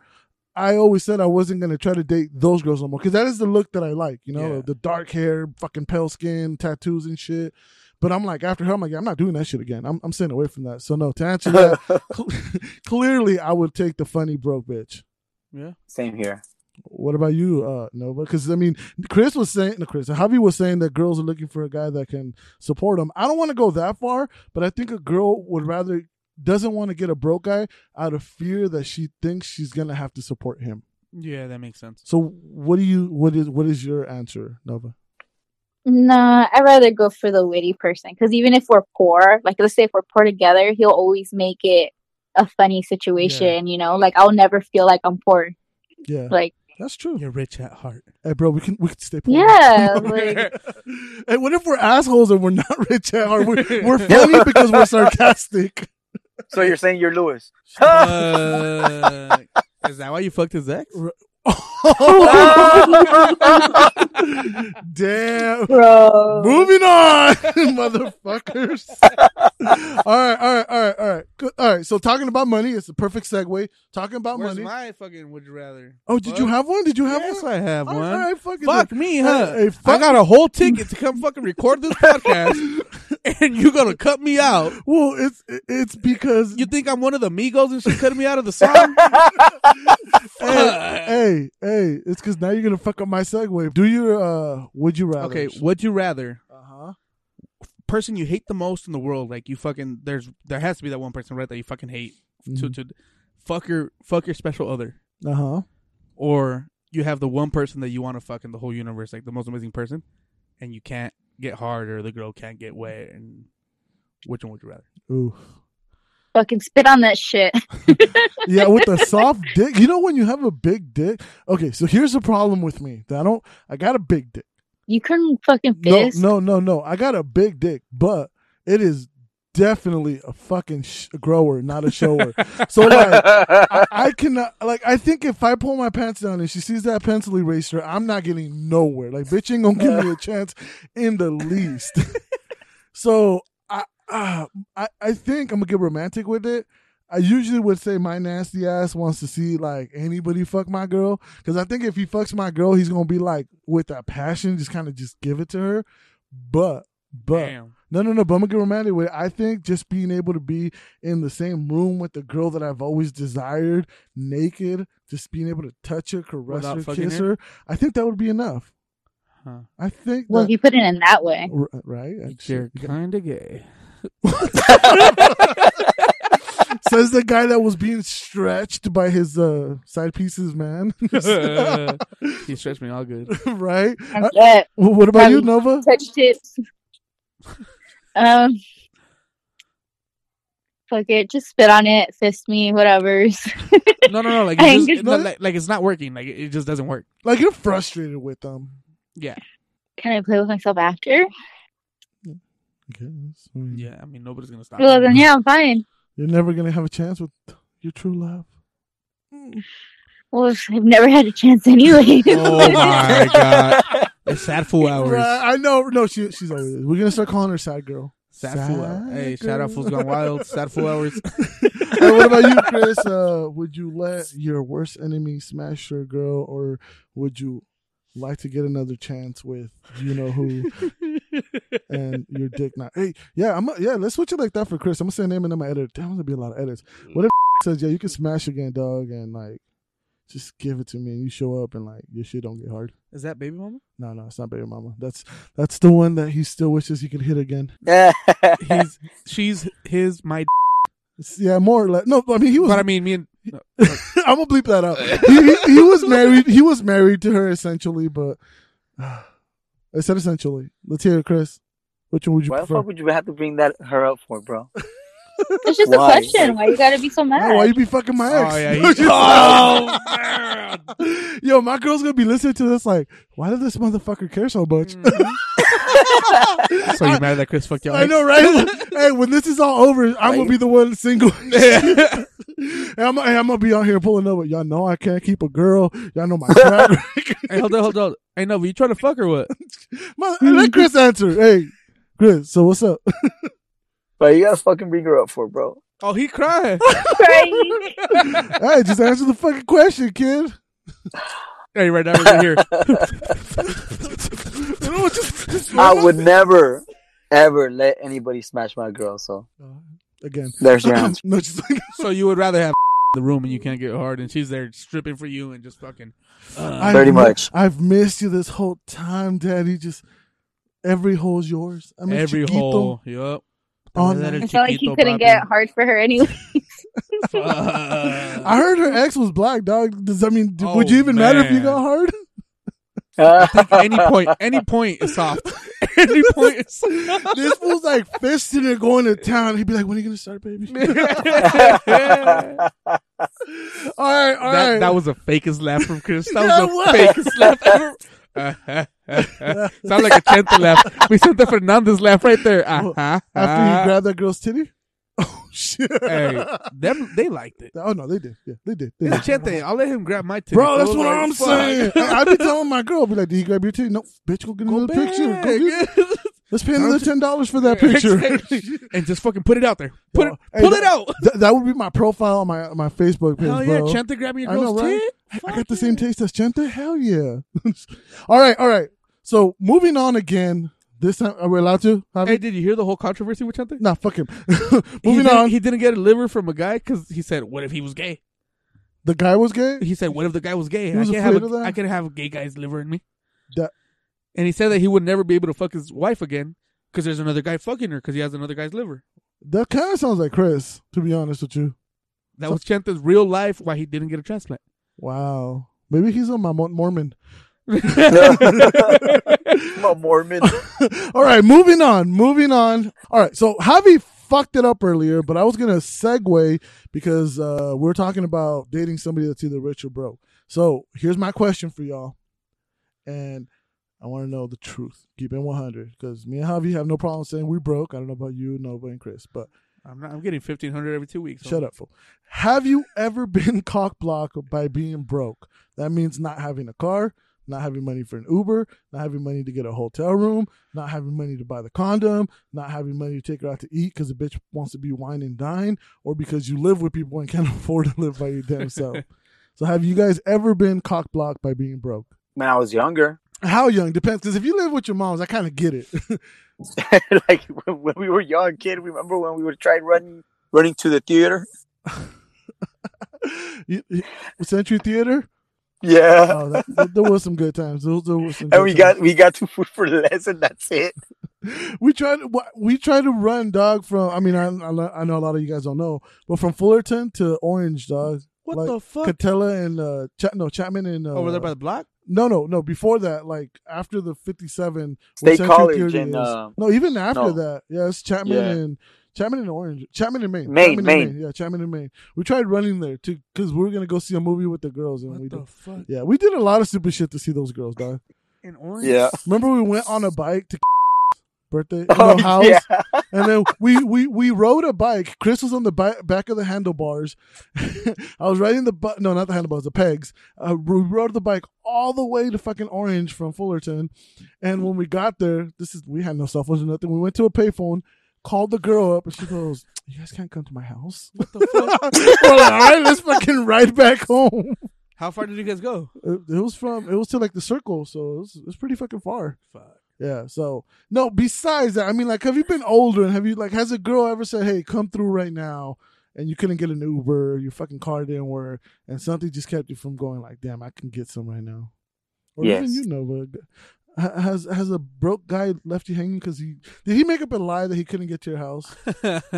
I always said I wasn't gonna try to date those girls no more because that is the look that I like. You know,
Yeah.
the dark hair, fucking pale skin, tattoos and shit. But I'm like after her, I'm like I'm not doing that shit again. I'm I'm staying away from that. So no, to answer that, cl- clearly I would take the funny broke bitch.
Same here.
What about you, uh, Nova? Because I mean, Chris was saying, no, Chris, Javi was saying that girls are looking for a guy that can support them. I don't want to go that far, but I think a girl would rather doesn't want to get a broke guy out of fear that she thinks she's gonna have to support him.
yeah, that makes sense.
So, what do you? What is? What is your answer, Nova?
Nah, I'd rather go for the witty person because even if we're poor, like let's say if we're poor together, he'll always make it a funny situation. You know, like I'll never feel like I'm poor.
Yeah,
Like
that's true.
You're rich at heart.
Hey, bro, we can we can stay poor.
yeah, like
hey, what if we're assholes and we're not rich at heart? We're, we're funny because we're sarcastic.
So you're saying you're Lewis?
Uh, is that why you fucked his ex?
uh,
Oh
Damn.
bro.
Moving on, motherfuckers. all right, all right, all right, all right. Good. All right, so talking about money is the perfect segue. Talking about
Where's
money.
my fucking would you rather?
oh, did you
Fuck.
have one? Did you have
yes,
one?
I have
All right,
one.
all right, fucking
Fuck me, huh?
Hey, hey,
I
fuck-
got a whole ticket to come fucking record this podcast, and you're gonna cut me out.
Well, it's it's because
You think I'm one of the Migos and she cut me out of the song?
hey, hey, hey, it's because now you're gonna fuck up my segue. Do your uh, would you rather?
okay, would you rather
Uh huh.
person you hate the most in the world, like you fucking there's there has to be that one person right that you fucking hate
Mm-hmm.
to to fuck your fuck your special other,
Uh huh.
or you have the one person that you want to fuck in the whole universe, like the most amazing person, and you can't get hard or the girl can't get wet, and which one would you rather?
Ooh.
Fucking spit on that shit.
yeah, with a soft dick. You know when you have a big dick. Okay, so here's the problem with me. that I don't. I got a big dick.
You couldn't fucking
No,
fist.
no, no, no. I got a big dick, but it is definitely a fucking sh- grower, not a shower. so like, I, I cannot. Like, I think if I pull my pants down and she sees that pencil eraser, I'm not getting nowhere. Like, bitch ain't gonna give me a chance in the least. so I, uh, I, I think I'm gonna get romantic with it. I usually would say my nasty ass wants to see like anybody fuck my girl because I think if he fucks my girl, he's gonna be like with that passion, just kind of just give it to her. But but
Damn.
no no no, but I'm gonna get romantic with it. I think just being able to be in the same room with the girl that I've always desired, naked, just being able to touch her, caress
Without
her,
fucking
kiss
her?
her. I think that would be enough.
Huh.
I think
Well, if
that,
you put it in that way,
r- uh, right
You're kind of gay.
Says the guy that was being stretched by his uh, side pieces, man.
he stretched me all good.
right?
I
Uh,
get
wh- what about you,
Um,
Nova?
touch tips. um, fuck it. Just spit on it. Fist me. Whatever's.
No, no, no. Like,
I
it's
ain't
just,
good.
no, like, like it's not working. Like it, it just doesn't work.
Like you're frustrated with them.
Yeah.
Can I play with myself after?
Okay,
Yeah. I mean, nobody's gonna stop.
Well,
me.
then yeah, I'm fine.
You're never gonna have a chance with your true love.
Well, I've never had a chance anyway.
Oh my god. It's sad fool hours.
Right, I know. No, she she's always. We're gonna start calling her sad girl.
Sad, fool hour. uh, Hey, shout out Fools Gone Wild. Sad fool hours.
And what about you, Chris? Uh, would you let your worst enemy smash your girl, or would you like to get another chance with you know who and your dick not? Hey, yeah, I'm. yeah, let's switch it like that for Chris. I'm gonna say a name and then my editor. Damn, gonna be a lot of edits. What if says, yeah, you can smash again, dog, and like just give it to me, and you show up, and like your shit don't get hard.
Is that baby mama?
No, no, it's not baby mama. That's that's the one that he still wishes he could hit again.
He's she's his my. d-
Yeah, more like no. I mean, he was.
But I mean, me and no,
I'm gonna bleep that out. He, he, he was married. He was married to her essentially, but I said essentially. Let's hear it, Chris. Which one would you
Why the
prefer?
fuck would you have to bring that her up for, bro?
It's just
Why?
a question. Why you gotta be so mad?
Oh, why you be fucking my ex?
Oh, yeah, Oh, he-
Yo, my girl's gonna be listening to this like, why does this motherfucker care so much?
so you mad that Chris fucked your
I
ex?
know, right? hey, when this is all over, I'm gonna be the one single. and I'm, and I'm gonna be out here pulling up. with, Y'all know I can't keep a girl. Y'all know my track record.
Hey, hold on, hold on. Hey, no, but you trying to fuck or what?
My- Let Chris answer. Hey, Chris. So what's up?
But you gotta fucking bring her up for, bro.
Oh, he crying.
Crying.
hey, just answer the fucking question, kid.
hey, right now over here.
You know what, just- just-
I would never, ever let anybody smash my girl. So
again.
there's your answer.
no, just like,
So you would rather have in the room and you can't get hard, and she's there stripping for you and just fucking.
I've
Pretty
mi-
much.
I've missed you this whole time, Daddy. Just every hole's yours. I mean,
every
chiquito.
hole. Yep.
Oh,
That
no.
is
It's not like he
chiquito,
couldn't
papi.
get hard for her anyway.
Fuck.
I heard her ex was black, dog. Does I mean, d-
Oh,
would you even matter if you got
man.
hard?
any point, any point is soft. any point is soft.
this fool's like fisting and going to town. He'd be like, "When are you gonna start, baby?" all
that,
right, all right.
that was the fakest laugh from Chris. That
Yeah, it
was
was.
the fakest laugh ever. Sound like a tenth laugh. We sent the Fernandez laugh right there. Uh-huh.
after Oh, you grabbed that girl's titty. Oh shit!
hey, them they liked it.
Oh no, they did. Yeah, they did. They
It's a
did.
Chente. I'll let him grab my titty.
Bro, that's
fool.
what
Like,
I'm
fuck.
saying. I, I be telling my girl, be like, "Did you grab your titty?" No, bitch, go get
Go
another picture. Go
back.
get- Let's pay another ten dollars for that
Yeah,
picture.
exactly. and just fucking put it out there. Put it,
Hey,
pull
that-
it out.
Th- that would be my profile on my on my Facebook page,
Hell yeah,
bro.
Chente grabbing your
I know,
girl's
right?
tit.
I
Fuck
got the
yeah.
same taste as Chente. Hell yeah! all right, all right. So moving on again. This time, are we allowed to? Have
Hey,
it?
did you hear the whole controversy with Chente?
Nah, fuck him.
He
moving
didn't-
on.
He didn't get a liver from a guy because he said, "What if he was gay?"
the guy was gay.
He said, "What if the guy was gay?
He was
I can't have
afraid
a,
of that?
I can't have a gay guy's liver in me."
That-
and he said that he would never be able to fuck his wife again because there's another guy fucking her because he has another guy's liver.
That kind of sounds like Chris, to be honest with you.
That
So-
was Chanta's real life why he didn't get a transplant.
Wow. Maybe he's a my Mormon.
I'm a Mormon.
All right, moving on, moving on. All right, so Javi fucked it up earlier, but I was gonna segue because uh, we're talking about dating somebody that's either rich or broke. So here's my question for y'all, and I want to know the truth. Keep it 100 because me and Javi have no problem saying we broke. I don't know about you, Nova, and Chris, but
I'm not. I'm getting fifteen hundred every two weeks.
shut up, fool. Have you ever been cock blocked by being broke? That means not having a car, not having money for an Uber, not having money to get a hotel room, not having money to buy the condom, not having money to take her out to eat because the bitch wants to be wine and dine, or because you live with people and can't afford to live by your damn self. so, have you guys ever been cock blocked by being broke?
When I was younger,
How young depends because if you live with your moms, I kind of get it.
like when when we were young, kid, remember when we would try running, running to the theater?
You- you- Century Theater,
Yeah.
oh, that, there was some good times. Those, there was some good
and we
times.
got we got to food for less, and that's it.
we tried to wha- we tried to run dog from i mean I, I lo- I know a lot of you guys don't know but from fullerton to orange dog
What
Like,
the fuck?
catella and uh Chat, no chapman and uh,
Over there by the block.
no no no before that like after the 57
State
where Central
College
Theater
and,
is.
uh,
no even after
no.
that yeah it's chapman
Yeah.
and chapman and orange chapman and maine
Maine,
chapman
Maine.
And maine yeah chapman and maine we tried running there to because we were gonna go see a movie with the girls and
What
we
the
did
fuck?
yeah we did a lot of stupid shit to see those girls dog
In orange.
Yeah.
remember we went on a bike to birthday
Oh,
no, house
yeah.
and then we we we rode a bike. Chris was on the bi- back of the handlebars. I was riding the bu- no, not the handlebars, the pegs. Uh, we rode the bike all the way to fucking Orange from Fullerton, and when we got there, this is we had no cell phones or nothing. We went to a payphone, called the girl up and she goes, You guys can't come to my house. What the fuck? We're like, all right, let's fucking ride back home.
How far did you guys go?
It, it was from it was to like the circle, so it was, it was pretty fucking far.
Fuck.
Yeah. So no. Besides that, I mean, like, have you been older and have you like has a girl ever said, "Hey, come through right now," and you couldn't get an Uber, your fucking car didn't work, and something just kept you from going? Like, damn, I can get some right now. Or even
Yes.
you know, but ha- has has a broke guy left you hanging because he did he make up a lie that he couldn't get to your house?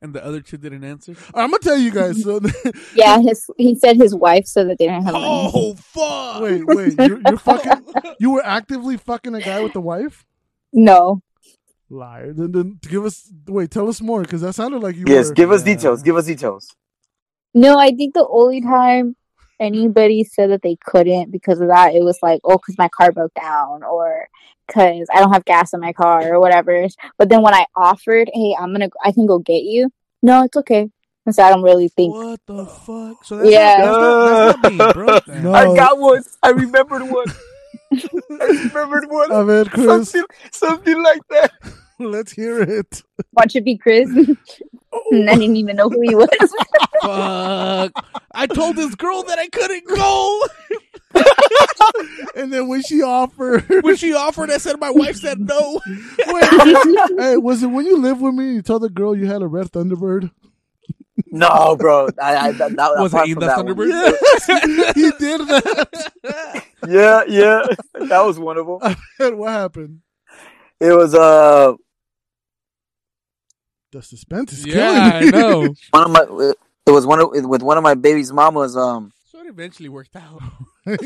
and the other two didn't answer.
I'm gonna tell you guys. So
Yeah, his he said his wife so that they didn't have money.
Oh fuck!
wait, wait, you're, you're fucking, you were actively fucking a guy with the wife.
No,
Liar. Then, then give us wait. Tell us more because that sounded like you.
Yes,
were-
give us
Yeah.
details. Give us details.
no, I think the only time anybody said that they couldn't because of that, it was like, oh, because my car broke down or because I don't have gas in my car or whatever. But then when I offered, hey, I'm gonna, I can go get you. No, it's okay. And so I don't really think.
What the fuck? So that's
Yeah.
not, that's not, that's not being broke. Then.
No.
I got one. I remembered one. I remembered one.
I mean, Oh, Chris,
something, something like that.
let's hear it. Oh,
Watch it be Chris, and I didn't even know who he was.
Fuck! I told this girl that I couldn't go.
And then when she offered,
When she offered, I said my wife said no.
hey, was it when you lived with me? You told the girl you had a red Thunderbird.
No, bro. I, I, that, that,
Was
apart
it in
from
the
that one.
Thunderbird?
He did that.
Yeah, yeah. That was one of them.
And what happened?
It was uh
The suspense is
yeah, I
killing me.
know.
one of my. It was one of with one of my baby's mamas. Um,
So it eventually worked out.
Uh,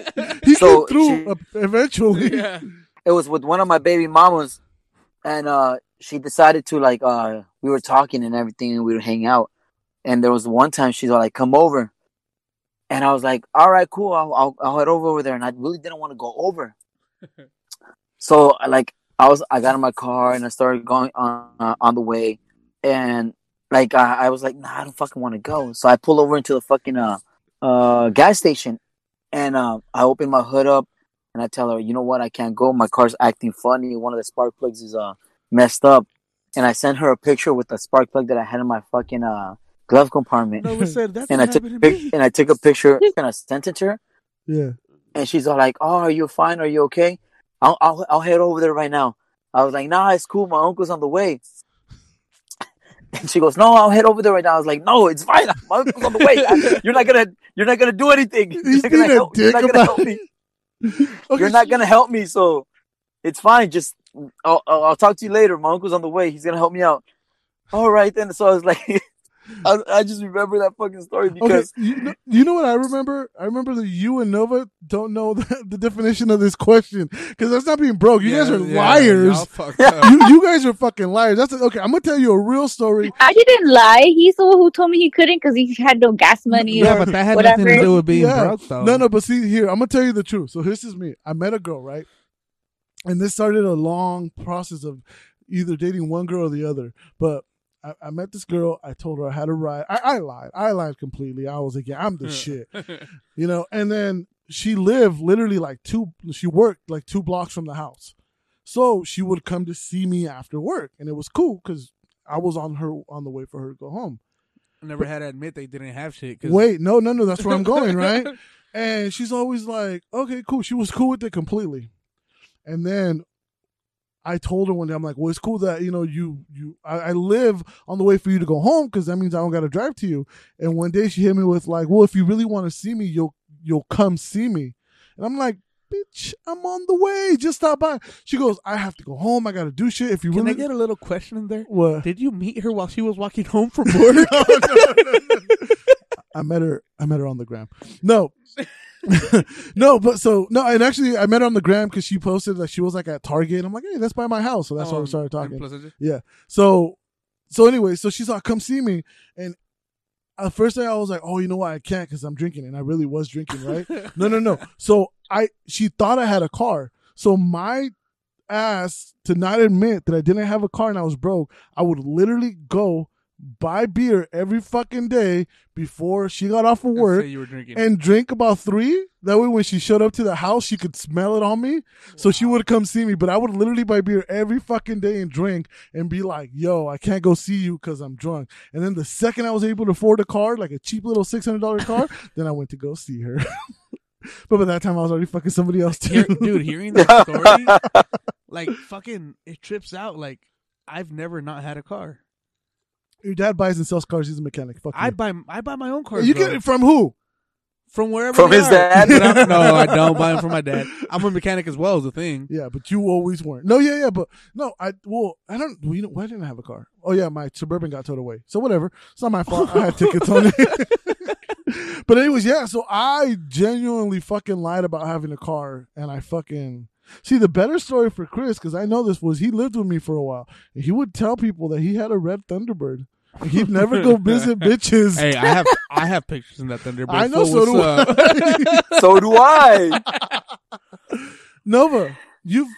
Fuck.
He came
So
through
she-
uh, eventually.
yeah.
it was with one of my baby mamas, and uh, she decided to like uh, we were talking and everything, and we would hang out. And there was one time she's like, "Come over," and I was like, "All right, cool. I'll I'll, I'll head over over there." And I really didn't want to go over, so I, like I was I got in my car and I started going on uh, on the way, and like I, I was like, "Nah, I don't fucking want to go." So I pull over into the fucking uh uh gas station, and uh, I open my hood up and I tell her, you know what, I can't go. My car's acting funny. One of the spark plugs is uh messed up, and I sent her a picture with the spark plug that I had in my fucking uh glove compartment.
No, we said that's
and I
what
took
happened to
pic-
me.
and I took a picture and I sent it to her,
Yeah.
and she's all like, "Oh, are you fine? Are you okay? I'll I'll, I'll head over there right now." I was like, "Nah, it's cool. My uncle's on the way." And she goes, "No, I'll head over there right now." I was like, "No, it's fine. My uncle's on the way. I- you're not gonna you're not gonna do anything.
He's
you're, gonna
being a
help, you're
dick
not gonna
about
help me."
it. Okay,
you're not gonna help me, so it's fine. Just I'll, I'll I'll talk to you later. My uncle's on the way. He's gonna help me out. All right then. So I was like, I, I just remember that fucking story
Okay,
because
you know, you know what I remember? I remember that you and Nova don't know the, the definition of this question because that's not being
Oh,
broke. You guys are liars. you, you guys are fucking liars. That's okay. I'm gonna tell you a real story.
I didn't lie. He's the one who told me he couldn't because he had no gas money.
Yeah,
or
but that had
whatever.
nothing to do with being
Yeah.
broke, though.
No, no, but see here, I'm gonna tell you the truth. So this is me. I met a girl, right? And this started a long process of either dating one girl or the other. But I, I met this girl. I told her I had a ride. I, I lied. I lied completely. I was like, yeah, I'm the shit, you know. And then she lived literally like two. She worked like two blocks from the house, so she would come to see me after work, and it was cool because I was on her on the way for her to go home.
Never had to admit they didn't have shit. 'cause-
Wait, no, no, no. That's where I'm going, right? And she's always like, okay, cool. She was cool with it completely. And then I told her one day, I'm like, well, it's cool that, you know, you, you, I, I live on the way for you to go home because that means I don't got to drive to you. And one day she hit me with like, well, if you really want to see me, you'll, you'll come see me. And I'm like, bitch, I'm on the way. Just stop by. She goes, I have to go home. I got to do shit. If you
Can I
really
get a little question in there?
what?
Did you meet her while she was walking home from work?
no, no, no, no. I met her. I met her on the gram. No, no, but so no, and actually, I met her on the gram because she posted that she was like at Target. I'm like, hey, that's by my house, so that's why we
Um,
started
in
talking.
Pleasant-
So, so anyway, so she's like, come see me, and at first I was like, oh, you know what, I can't because I'm drinking, and I really was drinking, right? No, no, no. So I she thought I had a car. So my ass to not admit that I didn't have a car and I was broke, I would literally go buy beer every fucking day before she got off of
Let's
work
say you were drinking.
and drink about three. That way, when she showed up to the house, she could smell it on me. So she would come see me. But I would literally buy beer every fucking day and drink and be like, yo, I can't go see you because I'm drunk. And then the second I was able to afford a car, like a cheap little $600 car, then I went to go see her. but by that time, I was already fucking somebody else too.
Hear- dude, hearing that story, like fucking, it trips out. Like I've never not had a car.
Your dad buys and sells cars. He's a mechanic. Fuck
I
you.
buy I buy my own cars.
You
bro.
get it from who?
from wherever
From
they
his
are.
dad?
But I'm- no, I don't buy them from my dad. I'm a mechanic as well as a thing.
Yeah, but you always weren't. No, yeah, yeah, but no, I well, I don't. Well, you know, why didn't I have a car? Oh yeah, my suburban got towed away. So whatever, it's not my fault. I had tickets on it. but anyways, yeah. So I genuinely fucking lied about having a car, and I fucking see the better story for Chris because I know this was he lived with me for a while. And he would tell people that he had a red Thunderbird. And he'd never go visit bitches.
Hey, I have I have pictures in that Thunderbird.
I know, so
fool,
do
what's up?
I.
So do I.
Nova, you've.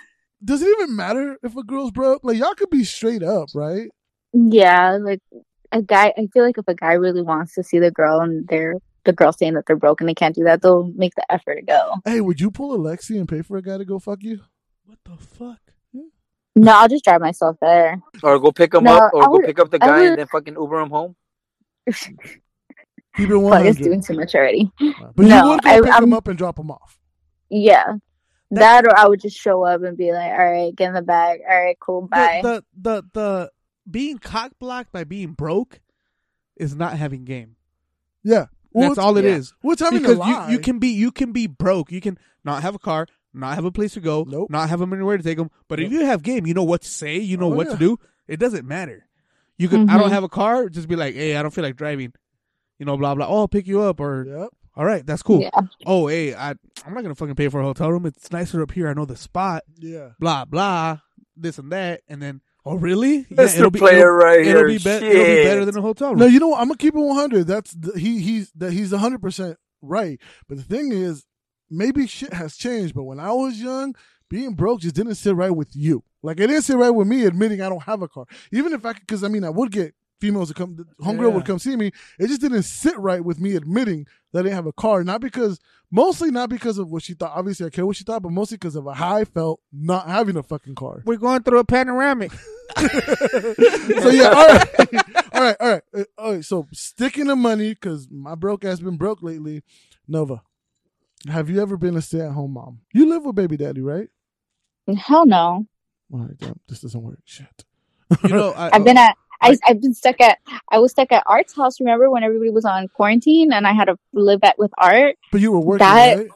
Does it even matter if a girl's broke? Like y'all could be straight up, right?
Yeah, like a guy. I feel like if a guy really wants to see the girl and they're the girl saying that they're broken, they can't do that. They'll make the effort to go.
Hey, would you pull a Lexi and pay for a guy to go fuck you?
What the fuck?
No, I'll just drive myself there.
Or go pick him
No,
up, or
I
go
would-
pick up the
I
guy and
would-
then fucking Uber him home.
Keep it one
But it's
hundred.
doing too much already.
But you
No,
would go
I-
pick him
I'm-
up and drop him off.
Yeah. That or I would just show up and be like, all right, get in the bag. All right, cool, bye.
The, the the the being cock blocked by being broke is not having game.
Yeah,
That's all it
yeah.
is.
What's having a
Because
lie?
you, you can be you can be broke. You can not have a car, not have a place to go,
Nope.
not have them anywhere to take them. But if
Nope.
you have game, you know what to say, you know
Oh,
what
yeah.
to do. It doesn't matter. You could I
Mhm.
don't have a car, just be like, hey, I don't feel like driving. You know, blah blah. Oh, I'll pick you up or
Yep.
all right, that's cool.
Yeah.
Oh, hey, I I'm not gonna fucking pay for a hotel room. It's nicer up here. I know the spot.
Yeah.
Blah blah. This and that, and then oh really? Yeah,
That's the
it'll be-
player right
It'll, it'll
here.
be be- it'll be
Shit.
better than a hotel room.
No, you know what? I'm gonna keep it one hundred. That's the, he. He's that he's hundred percent right. But the thing is, maybe shit has changed. But when I was young, being broke just didn't sit right with you. Like it didn't sit right with me admitting I don't have a car. Even if I could, because I mean, I would get females to come. Homegirl
Yeah.
would come see me. It just didn't sit right with me admitting that I didn't have a car. Not because, mostly not because of what she thought. Obviously, I care what she thought, but mostly because of how I felt not having a fucking car.
We're going through a panoramic.
so yeah, all right, all right, all right, Uh, all right. So sticking to money because my broke ass been broke lately. Nova, have you ever been a stay at home mom? You live with baby daddy, right?
Hell no.
All right, damn, this doesn't work. Shit.
You know, I,
I've been at I, I've been stuck at I was stuck at Art's house. Remember when everybody was on quarantine and I had to live at with Art?
But you were working,
That-
right?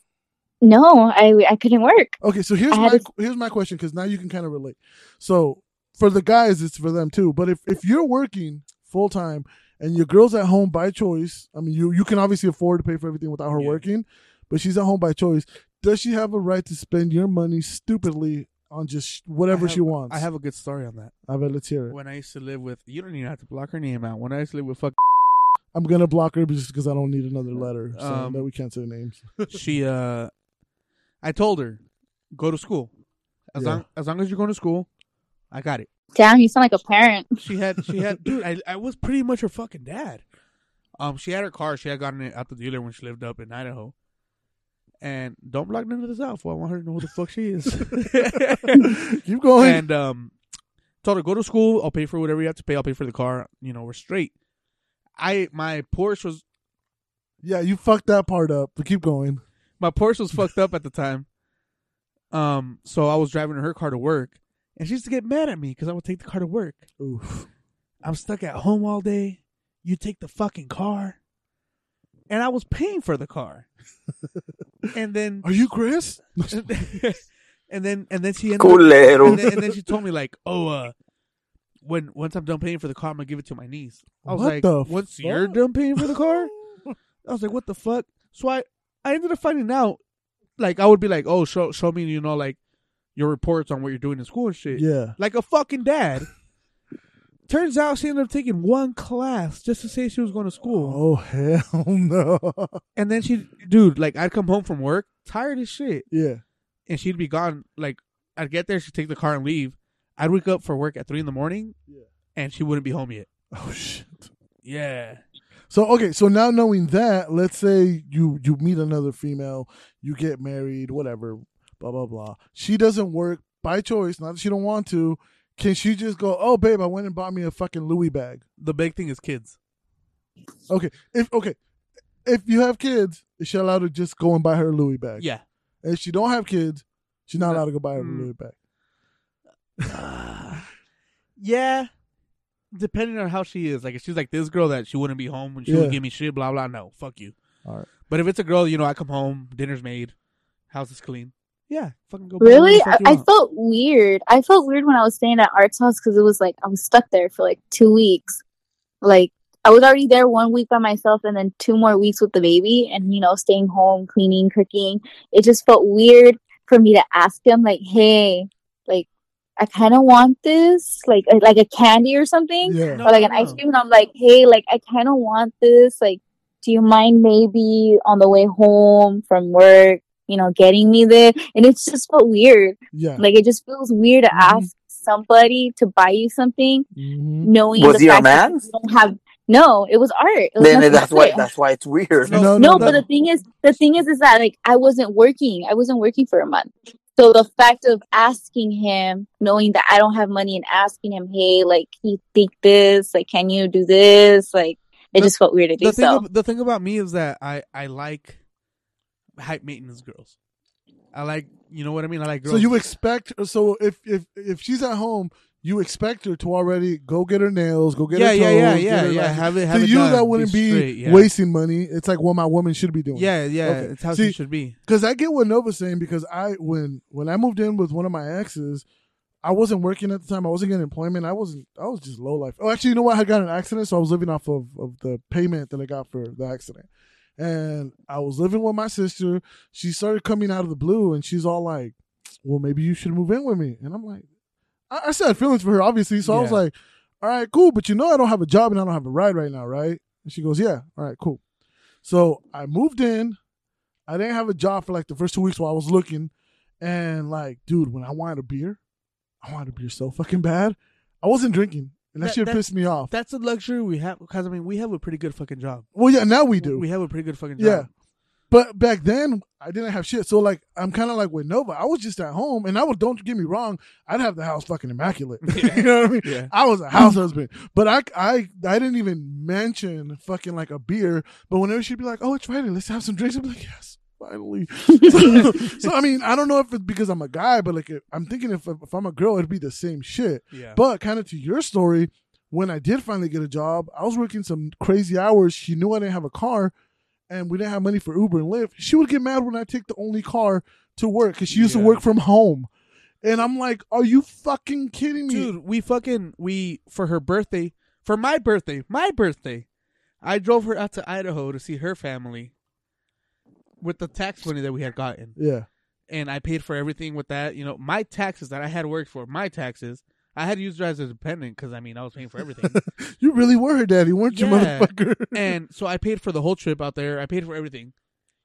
No, I I couldn't work.
Okay, so here's
I had
my here's my question because now you can kind of relate. So for the guys, it's for them too. But if if you're working full time and your girl's at home by choice, I mean you you can obviously afford to pay for everything without her
Yeah.
working, but she's at home by choice. Does she have a right to spend your money stupidly on just whatever
I have-
she wants?
I have a good story on that.
I bet let's hear it.
When I used to live with, you don't even have to block her name out. When I used to live with, fuck,
I'm gonna block her just because I don't need another letter. So
Um,
that we can't say names.
she, uh, I told her, go to school. As
Yeah.
long as long as you're going to school, I got it.
Damn, you sound like a parent.
She had, she had, dude, I, I was pretty much her fucking dad. Um, she had her car. She had gotten it at the dealer when she lived up in Idaho. And don't block none of this out, for I want her to know who the fuck she is.
Keep going.
and um, told her go to school. I'll pay for whatever you have to pay. I'll pay for the car. You know, we're straight. I my Porsche was
yeah, you fucked that part up. But keep going.
my Porsche was fucked up at the time. Um, so I was driving her car to work, and she used to get mad at me because I would take the car to work.
Oof.
I'm stuck at home all day. You take the fucking car, and I was paying for the car. and then,
Are you Chris?
and then, and then she ended up
Culero.
and, then, and then she told me like, "Oh, uh, when once I'm done paying for the car, I'm gonna give it to my niece." I was
What
like,
the
"Once you're
fuck?"
done paying for the car?" I was like, "What the fuck?" So I I ended up finding out. Like I would be like, "Oh, show show me, you know, like your reports on what you're doing in school and shit."
yeah.
Like a fucking dad. Turns out she ended up taking one class just to say she was going to school,
Oh hell no.
and then she, dude, like I'd come home from work tired as shit,
Yeah.
and she'd be gone. Like I'd get there, she'd take the car and leave. I'd wake up for work at three in the morning,
Yeah.
and she wouldn't be home yet.
Oh shit.
Yeah.
So okay, so now knowing that, let's say you you meet another female, you get married, whatever, blah blah blah. She doesn't work by choice, not that she don't want to. Can she just go, "Oh babe, I went and bought me a fucking Louis bag."
The big thing is kids.
Okay. If okay, if you have kids, is she allowed to just go and buy her a Louis bag?
Yeah.
And if she don't have kids, she's not allowed to go buy her a
Mm.
Louis bag.
yeah. Depending on how she is, like if she's like this girl that she wouldn't be home and she
Yeah.
would give me shit, blah blah. No, fuck you.
All right.
But if it's a girl, you know, I come home, dinner's made, house is clean. Yeah, fucking go. buy whatever
Really?
the fuck
I,
you
I
want.
felt weird. I felt weird when I was staying at Art's house because it was like I was stuck there for like two weeks. Like I was already there one week by myself and then two more weeks with the baby and you know, staying home, cleaning, cooking. It just felt weird for me to ask him like, hey, like I kinda want this, like like a candy or something.
Yeah.
No,
Or like
no,
an ice
Oh.
no.
cream and I'm like, hey, like I kinda want this, like do you mind maybe on the way home from work, you know, getting me this? And it's just felt weird.
Yeah.
Like it just feels weird to
Mm-hmm.
Mhm.
ask somebody to buy you something,
Mhm.
knowing
Was
the
he a
fact that
man?
you don't have. No, it was art. It was
Then
nothing
that's
to
why
it.
that's why it's weird.
No,
No,
no,
no,
but the thing is, the thing is, is that like I wasn't working. I wasn't working for a month. So the fact of asking him, knowing that I don't have money, and asking him, hey, like you think this, like can you do this, like it
The-
just felt weird to do
the thing,
so.
ab- the thing about me is that I, I like hype maintenance girls. I like, you know what I mean? I like girls.
So you expect so if if if she's at home, you expect her to already go get her nails, go get
yeah,
her toes,
yeah, yeah,
get
yeah,
her
yeah.
lashes.
Have it, have
To
it
you,
done.
that wouldn't be
straight, yeah.
wasting money. It's like what my woman should be doing.
Yeah, yeah.
Okay.
It's how
See,
she should be.
because I get what Nova's saying. Because I when when I moved in with one of my exes, I wasn't working at the time. I wasn't getting employment. I wasn't. I was just low life. Oh, actually, you know what? I got in an accident, so I was living off of of the payment that I got for the accident. And I was living with my sister. She started coming out of the blue, and she's all like, "Well, maybe you should move in with me." And I'm like, I, I still had feelings for her, obviously. So I was
Yeah.
like, "All right, cool, but you know, I don't have a job and I don't have a ride right now, right?" And she goes, "Yeah, all right, cool." So I moved in. I didn't have a job for like the first two weeks while I was looking. And like, dude, when I wanted a beer, I wanted a beer so fucking bad. I wasn't drinking. And that,
That-
shit
that-
pissed me off.
That's a luxury we have because I mean we have a pretty good fucking job.
well, yeah, now we do.
We have a pretty good fucking job.
Yeah. But back then, I didn't have shit. So like, I'm kind of like with Nova. I was just at home, and I was. Don't get me wrong. I'd have the house fucking immaculate. you know what I mean?
Yeah.
I was a house husband, but I, I, I didn't even mention fucking like a beer. But whenever she'd be like, "Oh, it's Friday, let's have some drinks," I'd be like, "Yes, finally." so, so, I mean, I don't know if it's because I'm a guy, but like, if, I'm thinking if if I'm a girl, it'd be the same shit.
Yeah.
But kind of to your story, when I did finally get a job, I was working some crazy hours. She knew I didn't have a car, and we didn't have money for Uber and Lyft. She would get mad when I take the only car to work because she used
Yeah.
to work from home. And I'm like, are you fucking kidding me?
Dude, we fucking we for her birthday, for my birthday, my birthday, I drove her out to Idaho to see her family with the tax money that we had gotten.
Yeah,
and I paid for everything with that. You know, my taxes that I had worked for, my taxes, I had used her as a dependent because I mean I was paying for everything,
you really were her daddy, weren't you,
Yeah.
motherfucker?
and so I paid for the whole trip out there. I paid for everything.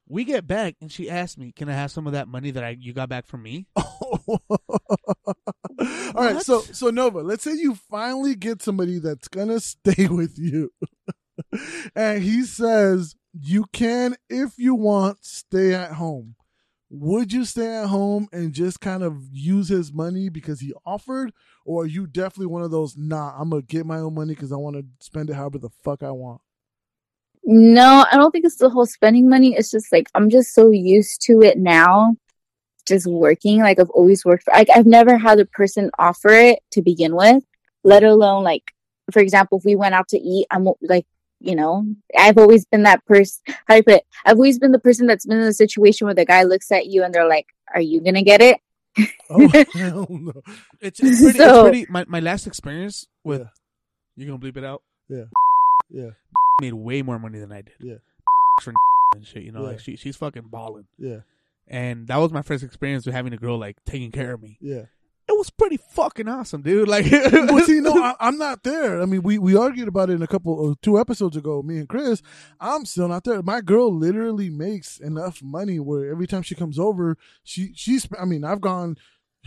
We get back and she asked me, "Can I have some of that money that I you got back from me?"
All right,
What?
so so Nova, let's say you finally get somebody that's gonna stay with you, and he says you can, if you want, stay at home. Would you stay at home and just kind of use his money because he offered, or are you definitely one of those? Nah, I'm gonna get my own money because I want to spend it however the fuck I want.
No, I don't think it's the whole spending money. It's just like I'm just so used to it now, just working. Like I've always worked for. Like I've never had a person offer it to begin with, let alone like, for example, if we went out to eat, I'm like, you know, I've always been that person. How do you put it? I've always been the person that's been in a situation where the guy looks at you and they're like, "Are you gonna get it?"
Oh hell no!
It's, it's pretty. it's
So-
pretty my, my last experience with
Yeah.
you're gonna bleep it out.
Yeah. Yeah.
made way more money than I did.
Yeah.
For and shit, you know,
Yeah.
like she she's fucking balling,
Yeah,
and that was my first experience with having a girl like taking care of me.
yeah.
It was pretty fucking awesome, dude. Like,
well, see, no, I, I'm not there. I mean, we we argued about it in a couple, uh, two episodes ago. Me and Chris, I'm still not there. My girl literally makes enough money where every time she comes over, she she's. I mean, I've gone.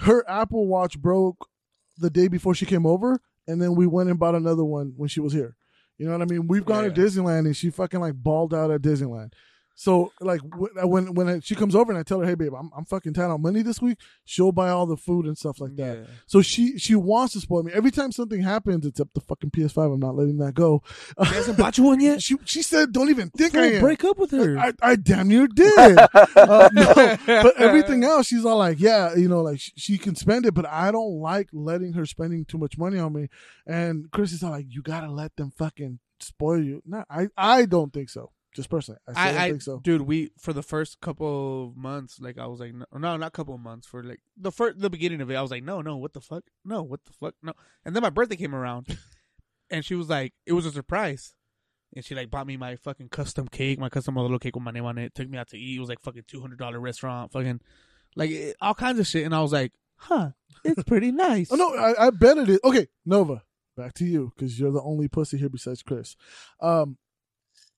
Her Apple Watch broke the day before she came over, and then we went and bought another one when she was here. You know what I mean? We've gone
Yeah.
to Disneyland and she fucking like balled out at Disneyland. So like wh- when when I- she comes over and I tell her, hey babe, I'm I'm fucking tight on money this week. She'll buy all the food and stuff like that. So she she wants to spoil me. Every time something happens, it's up the fucking PS5. I'm not letting that go.
She hasn't bought you one yet.
She she said, don't even think I
Don't
am.
break up with her.
I, I damn near did. Uh, no, but everything else, she's all like, yeah, you know, like she, she can spend it, but I don't like letting her spending too much money on me. And Chris is all like, you gotta let them fucking spoil you. No, I, I don't think so. Just personally, I, still
I,
don't
I
think so.
dude, we for the first couple of months, like I was like, no, no, not couple of months. For like the first, the beginning of it, I was like, no, no, what the fuck, no, what the fuck, no. And then my birthday came around, and she was like, it was a surprise, and she like bought me my fucking custom cake, my custom little cake with my name on it. Took me out to eat. It was like fucking two hundred dollar restaurant, fucking like it, all kinds of shit. And I was like, huh, it's pretty nice.
Oh no, I, I bet it is. Okay, Nova, back to you because you're the only pussy here besides Chris. Um,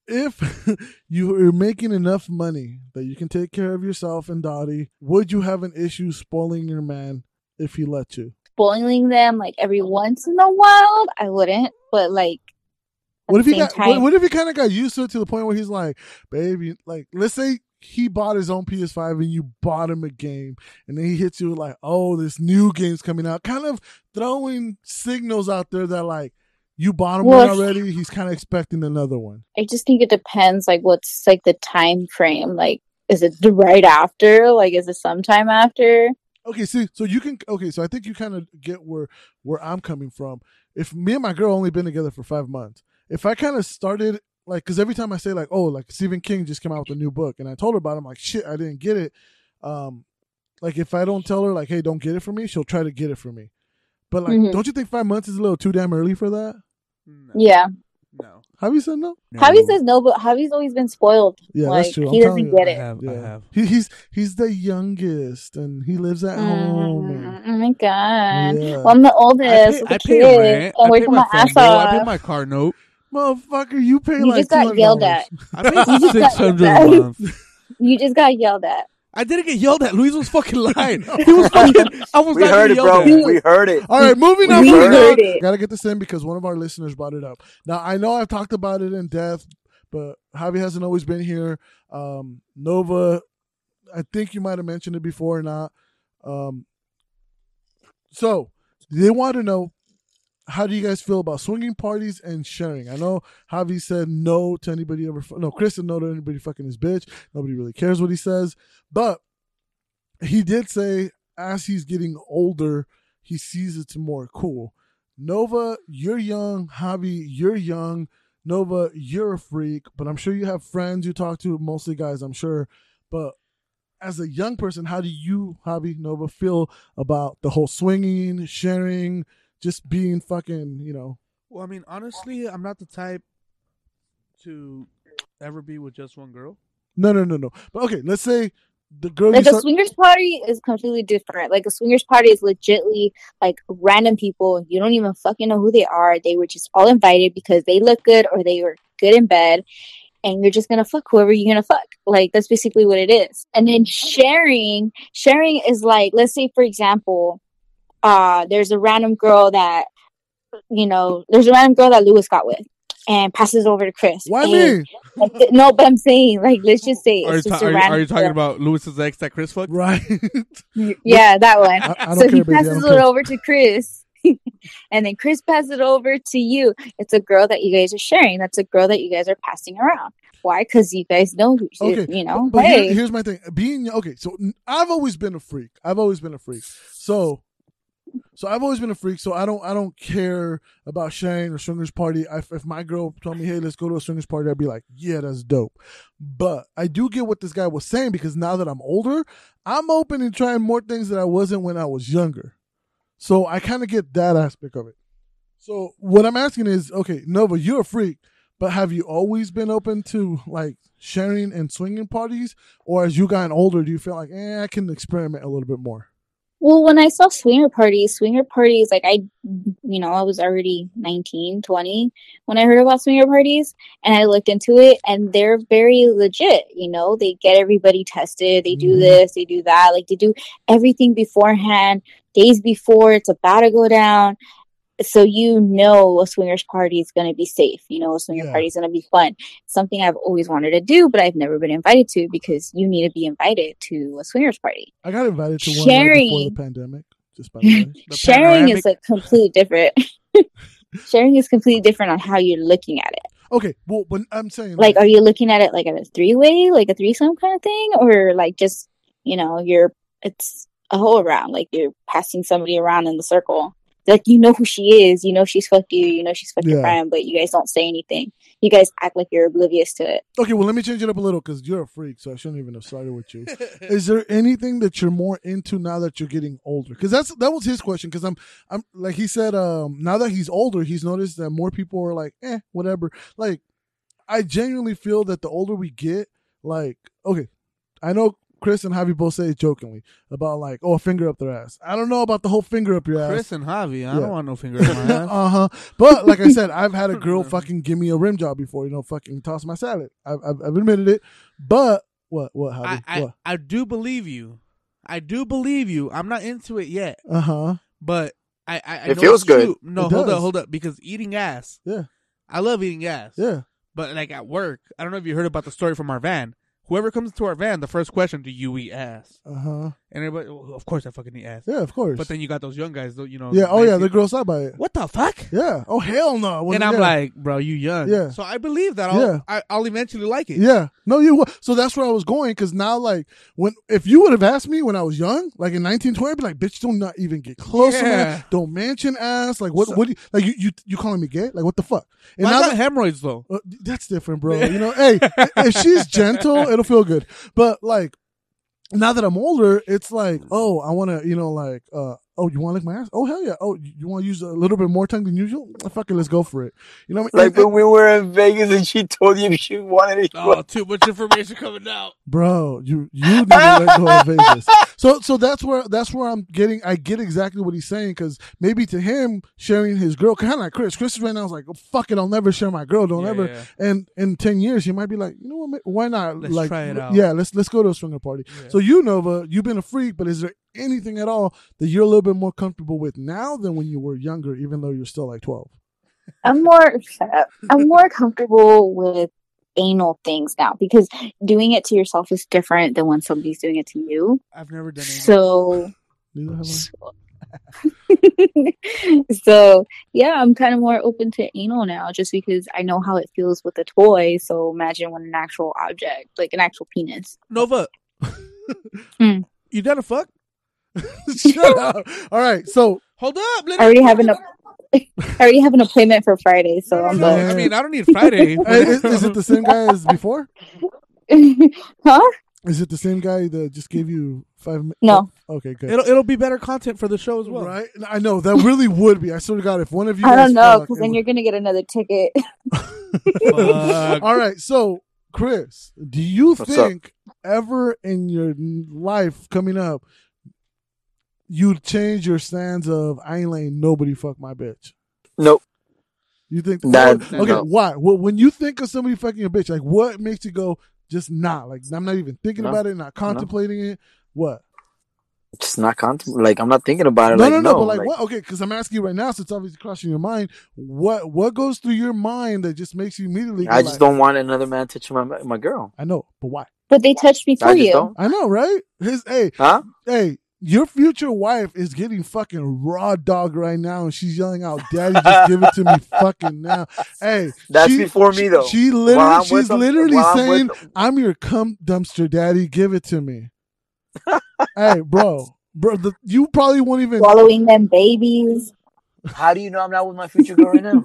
if you are making enough money that you can take care of yourself and Dottie, would you have an issue spoiling your man if he let you?
spoiling them like every once in a while. I wouldn't, but like at
What if
the
he
same
got? What,
time,
what if he kind of got used to it to the point where he's like, "Baby, like, let's say he bought his own PS5 and you bought him a game, and then he hits you with like, oh, this new game's coming out,' kind of throwing signals out there that like you bought him one
Well,
already. He's kind of expecting another one.
I just think it depends like what's like the time frame. Like is it the right after? Like is it sometime after?
Okay, see, so you can. Okay, so I think you kind of get where where I'm coming from. If me and my girl only been together for five months, if I kind of started like, because every time I say like, oh, like Stephen King just came out with a new book, and I told her about, it, I'm like, shit, I didn't get it. Um, like if I don't tell her like, hey, don't get it for me, she'll try to get it for me. But like,
Mhm.
don't you think five months is a little too damn early for that?
No,
Yeah.
no.
Have you said no?
Javi says no, but Javi's always been spoiled.
Yeah,
like
that's true. I'm
he
telling
doesn't
you.
get
I
it.
have, I
Yeah,
have.
he, he's he's the youngest, and he lives at home. and-
Mm, Oh my god.
Yeah.
Well, I'm the oldest.
Oh. I pay,
with
I
a kid.
pay rent.
I'm
I pay
working
my
my,
phone
ass
bill. I pay
off.
my car note.
Motherfucker, you pay
You
like
just got yelled
$200.
at.
I pay
You just got
six hundred a
that.
month.
You just got yelled at.
I didn't get yelled at. Luis was fucking lying. He was fucking. I was
We
not
heard
getting
it, bro.
yelled at.
We heard it.
All right, moving on.
We
moving
heard
on.
it.
Gotta get this in because one of our listeners brought it up. Now I know I've talked about it in depth, but Javi hasn't always been here. Um, Nova, I think you might have mentioned it before or not. Um, so they want to know how do you guys feel about swinging parties and sharing? I know Javi said no to anybody ever. fu- No, Chris said no to anybody fucking his bitch. Nobody really cares what he says, but he did say as he's getting older, he sees it's more cool. Nova, you're young. Javi, you're young. Nova, you're a freak, but I'm sure you have friends you talk to, mostly guys, I'm sure. But as a young person, how do you, Javi, Nova, feel about the whole swinging, sharing, just being fucking, you know?
Well, I mean, honestly, I'm not the type to ever be with just one girl.
No, no, no, no. But okay, let's say the girl you
Like a
start,
swingers party is completely different. Like a swingers party is legitly like random people. You don't even fucking know who they are. They were just all invited because they look good or they were good in bed, and you're just gonna fuck whoever you're gonna fuck. Like that's basically what it is. And then sharing, sharing is like, let's say for example, uh, there's a random girl that you know, there's a random girl that Lewis got with. And passes over to Chris.
why
And,
me?
like, th- no, but I'm saying, like, let's just say
Are you,
it's
ta-
just a
are, you,
random.
are you talking
girl.
about Luis's ex that Chris fucked?
Right.
Y- Yeah, that one.
I, I don't
so
care,
he
baby. I
passes
don't
it
care.
over to Chris. and then Chris passes it over to you. It's a girl that you guys are sharing. That's a girl that you guys are passing around. Why? Because you guys know, who she-
Okay,
you know,
But
hey.
here- here's my thing. Being okay, so n- I've always been a freak. I've always been a freak. So, so I've always been a freak. So I don't, I don't care about Shane or swingers party. I, if my girl told me, hey, let's go to a swingers party, I'd be like, yeah, that's dope. But I do get what this guy was saying because now that I'm older, I'm open and trying more things that I wasn't when I was younger. So I kind of get that aspect of it. So what I'm asking is, okay, Nova, you're a freak, but have you always been open to like sharing and swinging parties, or as you gotten older, do you feel like, eh, I can experiment a little bit more?
Well, when I saw swinger parties, swinger parties, like I, you know, I was already 19, 20 when I heard about swinger parties and I looked into it and they're very legit. You know, they get everybody tested, they do
Mhm.
this, they do that, like they do everything beforehand, days before it's about to go down. so you know a swingers party is going to be safe you know a swingers
Yeah.
party is going to be fun something i've always wanted to do but i've never been invited to because you need to be invited to a swingers party
I got invited to one right before
Sharing.
the pandemic. Just by the way.
The
sharing
panoramic-
is like completely different sharing is completely different on how you're looking at it
Okay, well, but I'm saying
like
Mm-hmm.
are you looking at it like at a three-way like a threesome kind of thing or like just you know you're it's a whole around like you're passing somebody around in the circle like you know who she is you know she's fucked you you know she's fucked your
Yeah.
friend but you guys don't say anything you guys act like you're oblivious to it
okay, well, let me change it up a little because you're a freak, so I shouldn't even have started with you. Is there anything that you're more into now that you're getting older? Because that's that was his question. Because I'm, I'm like he said, um, now that he's older, he's noticed that more people are like, eh, whatever. Like, I genuinely feel that the older we get, like, okay, I know Chris and Javi both say it jokingly about like, oh, a finger up their ass. I don't know about the whole finger up your ass.
Chris and Javi, I
Yeah.
don't want no finger in my ass.
uh huh. But like I said, I've had a girl fucking give me a rim job before. You know, fucking toss my salad. I've I've, I've admitted it. But what what
I,
Javi?
I,
what?
I do believe you. I do believe you. I'm not into it yet,
Uh huh.
but I I, I
It
know
feels
it's
good.
true. No,
It
hold
does.
up, hold up, because eating ass.
Yeah.
I love eating ass.
Yeah.
But like at work, I don't know if you heard about the story from our van. Whoever comes to our van, the first question, do you eat ass?
Uh huh.
And everybody, "Well, of course I fucking eat ass.
Yeah, of course.
But then you got those young guys, though, you know.
yeah. Oh yeah, they're
nasty-
grossed out by it.
What the fuck?
Yeah. Oh hell no. When-
and I'm
yeah.
like, bro, you young.
Yeah.
So I believe that I'll
Yeah.
I, I'll eventually like it.
Yeah. No, you. wa- So that's where I was going because now, like, when if you would have asked me when I was young, like in 1920, I'd be like, bitch, don't not even get close. to
Yeah.
that. Don't mention ass. Like, what?
So-
what? Do you, like, you, you you calling me gay? Like, what the fuck? And
Well, I
now that-
got hemorrhoids though.
Uh, that's different, bro. You know, hey, if she's gentle, it'll feel good. But like now that I'm older, it's like,
Mm.
oh, I want to, you know, like, uh, oh, you want to lick my ass? Oh, hell yeah. Oh, you want to use a little bit more tongue than usual? Oh, fuck it, let's go for it. You know, what I mean?
Like when we were in Vegas and she told you she wanted it.
Oh, too much information coming out.
bro, you you need to let go of Vegas. So so that's where that's where I'm getting. I get exactly what he's saying because maybe to him sharing his girl, kind of like Chris. Chris right now is like, oh, fuck it, I'll never share my girl. Don't
Yeah,
ever.
yeah.
and in 10 years you might be like you know what ma- why not
Let's
like
try it
l-
out.
yeah let's let's go to a swinger party
Yeah.
so you nova you've been a freak but is there anything at all that you're a little bit more comfortable with now than when you were younger even though you're still like 12
i'm more shut up. i'm more comfortable with anal things now because doing it to yourself is different than when somebody's doing it to you
I've never done anything.
so
Neither have I.
so yeah, I'm kind of more open to anal now, just because I know how it feels with a toy. So imagine when an actual object, like an actual penis.
Nova.
Hmm.
You done a fuck?
Shut up. All right. So,
Hold up. Let
I already have an I already have an appointment for Friday, so
No, no,
I'm
no.
like-
I mean, I don't need Friday.
i- uh, is, is it the same guy as before?
like, huh?
Is it the same guy that just gave you five minutes?
No.
Okay, good.
it'll it'll be better content for the show as well.
Right? I know. That really would be. I swear to God, if one of you.
I
guys
don't know,
fuck,
because
it
then
would-
you're gonna get another ticket.
Fuck.
All right, so Chris, do you
What's up?
think ever in your n- life coming up you change your stance of I ain't letting nobody fuck my bitch?
Nope.
You think
That-
Well, okay?
no.
Why? Well, when you think of somebody fucking your bitch, like what makes you go just not like I'm not even thinking
No.
about it, not contemplating it. What?
Just not contemplating. Like I'm not thinking about it.
no,
like,
no, no, But like,
like-
what? Okay, because I'm asking you right now, so it's obviously crossing your mind. What? What goes through your mind that just makes you immediately? go
I just
like,
don't want another man touching my my girl.
I know, but why?
but they touched me
I
for
just
you.
don't.
I know, right? His hey,
Huh?
hey, your future wife is getting fucking raw dog right now, and she's yelling out, "Daddy, just give it to me, fucking now!" Hey,
That's
she-
before me,
she-
though.
She
While I'm
literally,
with
she's
them-
literally
while I'm with
saying,
them.
"I'm your cum dumpster, daddy. Give it to me." hey, bro, bro, the, you probably won't even.
Swallowing them babies.
How do you know I'm not with my future girl right now?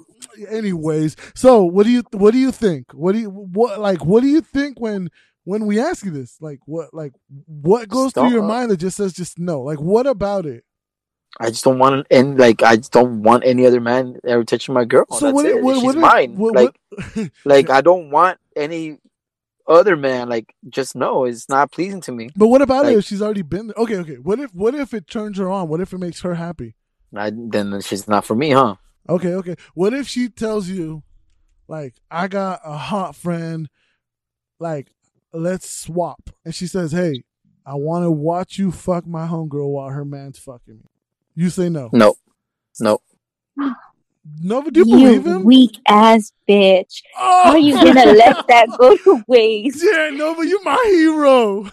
Anyways, so what do you what do you think? What do you what like what do you think when when we ask you this? Like what like what goes through
Stop.
your mind that just says just no? Like what about it?
I just don't want and like I just don't want any other man ever touching my girl. That's
what
it.
what
She's
what
mine.
what-
like
what-
like I don't want any other man. Like just no, it's not pleasing to me.
but what about it
like-
if she's already been there? Okay, okay. What if what if it turns her on? What if it makes her happy?
I, then she's not for me, huh?
Okay, okay. What if she tells you, like, I got a hot friend, like, let's swap, and she says, hey, I want to watch you fuck my homegirl while her man's fucking me. You say no.
No, no.
No, but do you, believe him?
weak ass bitch. How
oh.
are you gonna let that go to waste?
Yeah, no, but you're my hero.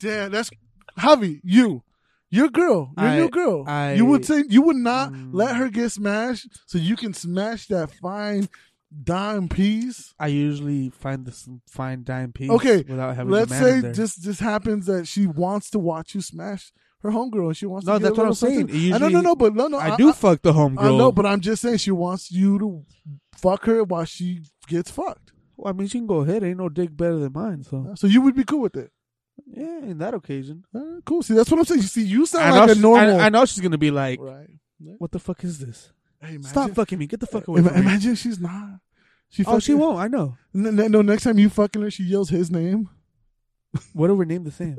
Damn, that's Javi. You, your girl, your
I-
new girl.
I-
you would say you would not
Mm.
let her get smashed, so you can smash that fine dime piece.
I usually find this fine dime piece.
Okay,
without having
Let's
a man in
say
there.
just just happens that she wants to watch you smash her homegirl, and she wants.
No,
to get a
that's what I'm
little something.
saying. It
I no, no,
usually-
no, but no, no,
I, do fuck the homegirl.
I know, but I'm just saying she wants you to fuck her while she gets fucked.
Well, I mean, she can go ahead. Ain't no dick better than mine. So
So you would be cool with it.
yeah, in that occasion,
Uh, cool. See, that's what I'm saying. You see, you
I
sound
know,
like a
she's-
normal.
I, I know she's gonna be like,
Right.
"What the fuck is this?
Hey, imagine, Uh,
Stop fucking me. Get the fuck away
Ima-
from me."
imagine she's not. She
Oh, she
fucking-
won't. I know.
N- n- no, next time you fucking her, she yells his name.
What do we name the same?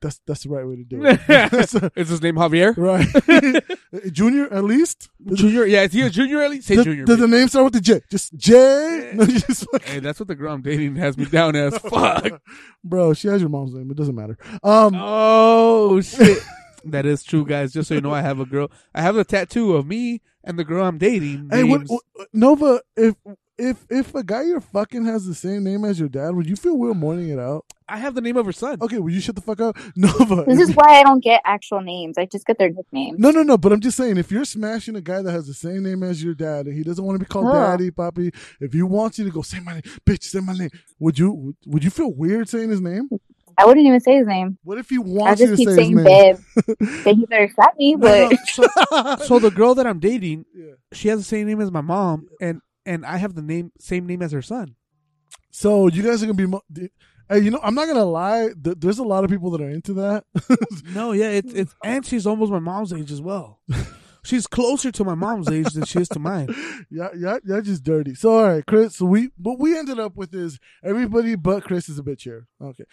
That's that's the right way to do it. So,
Is his name Javier?
right. junior, at least. Does,
Junior? Yeah, is he a junior at least? Say
does-
junior.
does the
bitch.
name start with the J? Just J. No, you just fucking-
hey, that's what the girl I'm dating has me down as. Fuck.
Bro, she has your mom's name. It doesn't matter. Um,
Oh shit. That is true, guys. Just so you know, I have a girl. I have a tattoo of me and the girl I'm dating.
hey, what,
names.
what, Nova, if if if a guy you're fucking has the same name as your dad, would you feel weird mourning it out?
I have the name of her son.
Okay, will you shut the fuck up, Nova?
This is why I don't get actual names. I just get their nicknames.
No, no, no. But I'm just saying, if you're smashing a guy that has the same name as your dad, and he doesn't want to be called
Huh.
daddy, papi, if you want you to go say my name, bitch, say my name, would you would you feel weird saying his name?
I wouldn't even say his name.
What if he
I
wants you
just
to
keep
say
saying
his name?
babe. then he better slap me,
No,
but
no, so, Oh, so the girl that I'm dating,
Yeah.
she has the same name as my mom, and and I have the name same name as her son.
So you guys are gonna be. Mo- d- Hey, you know, I'm not gonna lie. Th- there's a lot of people that are into that.
No, yeah, it's it's and she's almost my mom's age as well. She's closer to my mom's age than she is to mine.
yeah, yeah, yeah. Just dirty. So all right, Chris. So we what we ended up with is everybody but Chris is a bitch here. Okay.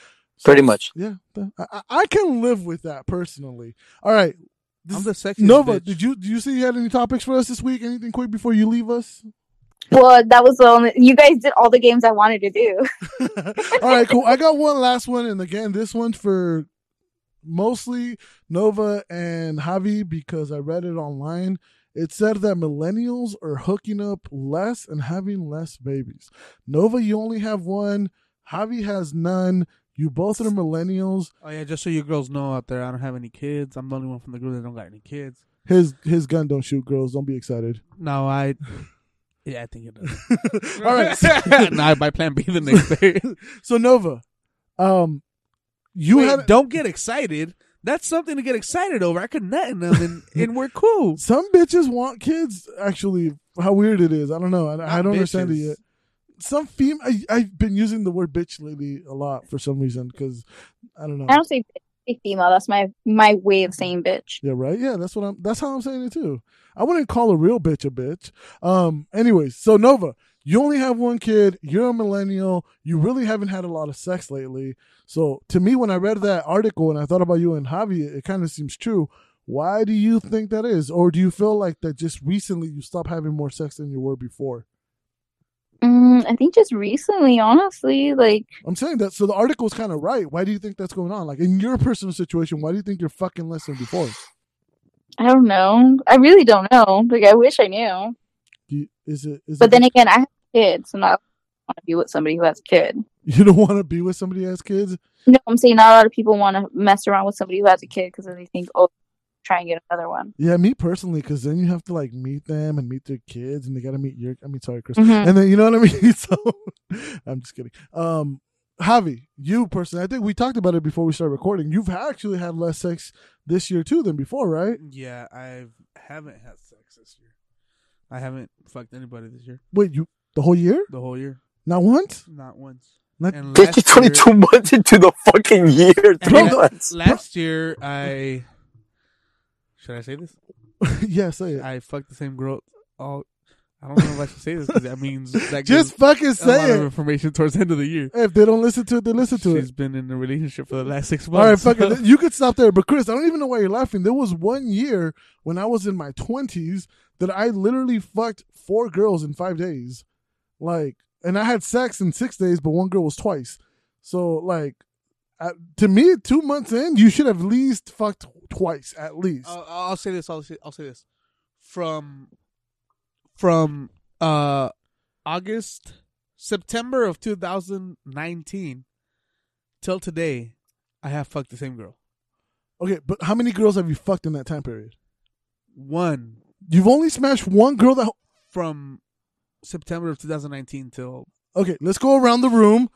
Pretty much.
Yeah, th- I, I- I can live with that personally. All right, This-
I'm the sexiest.
Nova,
bitch.
did you do you see you had any topics for us this week? Anything quick before you leave us?
well, that was the only. You guys did all the games I wanted to do.
All right, cool. I got one last one, and again, this one's for mostly Nova and Javi because I read it online. It said that millennials are hooking up less and having less babies. Nova, you only have one. Javi has none. You both are millennials.
Oh yeah, just so you girls know out there, I don't have any kids. I'm the only one from the group that don't got any kids.
His his gun don't shoot girls. Don't be excited.
No, I. Yeah, I think it does.
All right. So,
nah, I buy Plan B the next day.
so Nova, um, you
Wait,
had
don't get excited. That's something to get excited over. I could nut in them, and, and we're cool.
some bitches want kids. Actually, how weird it is. I don't know. I, I don't understand it
Bitches.
yet. Some fem. I, I've been using the word bitch lately a lot for some reason because I don't know.
I don't say bitch, female. That's my my way of saying bitch.
Yeah, right. Yeah, that's what I'm. That's how I'm saying it too. I wouldn't call a real bitch a bitch. Um. Anyways, so Nova, you only have one kid. You're a millennial. You really haven't had a lot of sex lately. So to me, when I read that article and I thought about you and Javi, it kind of seems true. Why do you think that is, or do you feel like that just recently you stopped having more sex than you were before?
Mm, I think just recently, honestly, like
I'm saying that. So the article's kind of right. Why do you think that's going on? Like in your personal situation, why do you think you're fucking less than before?
I don't know. I really don't know. Like I wish I knew.
Do you, is it? Is
But
it
then again, I have kids, so not want to be with somebody who has a kid.
you don't want to be with somebody as kids?
No, I'm saying not a lot of people want to mess around with somebody who has a kid because they think, oh, try and get another one.
Yeah, me personally, because then you have to like meet them and meet their kids, and they gotta meet your. I mean, sorry, Chris.
Mm-hmm.
Mhm.
And then you know what I mean. So I'm just kidding. Um, Javi, you personally, I think we talked about it before we started recording. You've actually had less sex this year too than before, right?
Yeah, I haven't had sex this year. I haven't fucked anybody this year.
Wait, you the whole year?
The whole year,
Not once.
not once.
Not-
and
Bitch, you're
last
22
year-
months into the fucking year.
and
Three
la-
months.
last year, I should I say this?
yeah, say it.
I fucked the same girl. All I don't know if I should say this because that means that
Just
gives
fucking
a lot
say
of
it.
information towards the end of the year.
If they don't listen to it, they listen to
She's
it.
been in a relationship for the last six
All right,
months.
fuck it. You could stop there, but Chris, I don't even know why you're laughing. There was one year when I was in my twenties that I literally fucked four girls in five days, like, and I had sex in six days, but one girl was twice. So, like, I, to me, two months in, you should have at least
Uh,
fucked twice at least.
I'll, I'll say this. I'll say, I'll say this. From from uh August September of 2019 till today, I have fucked the same girl.
Okay, but how many girls have you fucked in that time period?
One
You've only smashed one girl that.
from September of 2019 till
Okay, let's go around the room.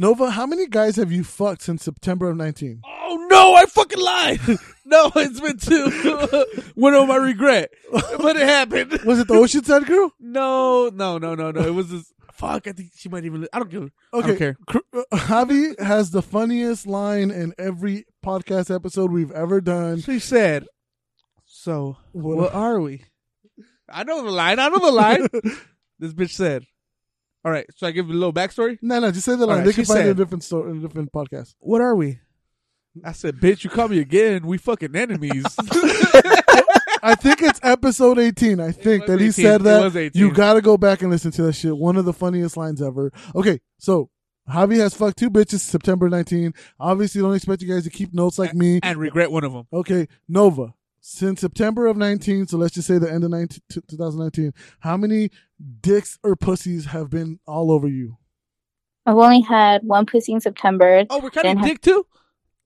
Nova, how many guys have you fucked since September of 19?
Oh no, I fucking lied. no, it's been two. Went on my regret, but it happened.
Was it the Oceanside girl?
No, no, no, no, no. It was this. Fuck, I think she might even. li- I don't give. I don't
Okay.
care.
Cr- uh, Javi has the funniest line in every podcast episode we've ever done.
She said, "So
What-
what, are we?" I know the line. I know the line. this bitch said, "All right." So I give a little backstory.
No, no, just say the line.
right,
they can
she
find it in a
said-
different store, in a different podcast.
What are we? I said, "Bitch, you call me again. We fucking enemies."
I think it's episode 18. I think
was
that he
18.
said
It
that.
was 18.
You got to go back and listen to that shit. One of the funniest lines ever. Okay, so Javi has fucked two bitches September 19. Obviously, don't expect you guys to keep notes like me.
and regret one of them.
Okay, Nova, since September of 19, so let's just say the end of 19, t- 2019, how many dicks or pussies have been all over you?
I've only had one pussy in September.
Oh, we're kind
And
of
ha-
dick too.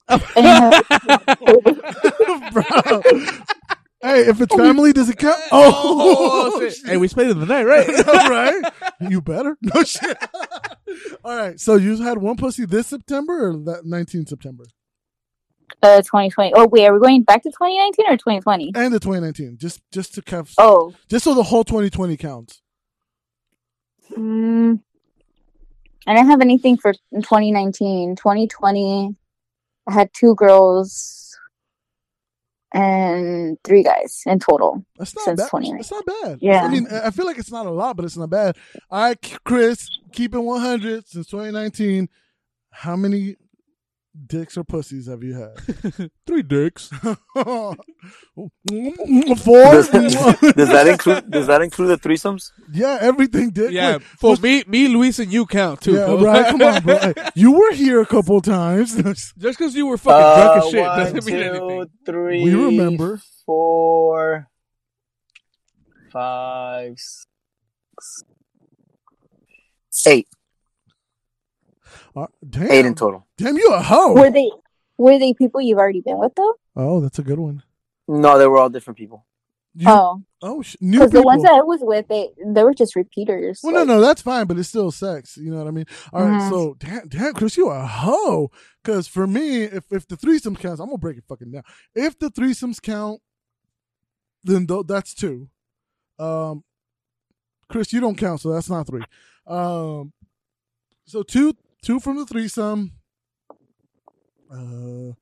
Bro. hey, if it's family, does it count? Oh, shit.
Hey, we spent in the night, right?
All right. You better. No shit. All right. So you had one pussy this September or that 19 September?
Uh, 2020. Oh, wait, are we going back to 2019 or 2020?
And the 2019. Just just to cap,
Oh,
just so the whole 2020 counts.
mm, I didn't have anything for 2019. 2020, I had two girls and three guys in total.
That's not
Since
bad.
2019.
It's not bad.
Yeah.
I mean, I I feel like it's not a lot, but it's not bad. All right, K- Chris, keeping 100 since 2019. How many dicks or pussies have you had?
Three dicks.
Four?
Does, does that include Does that include the threesomes?
yeah, everything dick.
Yeah,
Wait,
for me, me, Luis, and you count too.
yeah,
bro.
right. Come on, bro. Hey, You were here a couple times.
Just because you were fucking drunk as shit doesn't mean anything.
Uh, three.
We remember.
Four, five, six, eight.
Uh, damn.
Eight in total.
Damn, you a hoe.
Were they were they people you've already been with though?
Oh, that's a good one.
No, they were all different people.
You, oh,
oh,
sh- new
because
people.
the ones that I was with, they they were just repeaters.
Well, no, no, that's fine, but it's still sex. You know what I mean? All right,
Mm-hmm.
Mhm.
so damn, damn, Chris, you a hoe. Because for me, if if the threesomes counts, I'm gonna break it fucking down. If the threesomes count, then th- that's two. Um, Chris, you don't count, so that's not three. Um, so two, two from the threesome. Uh,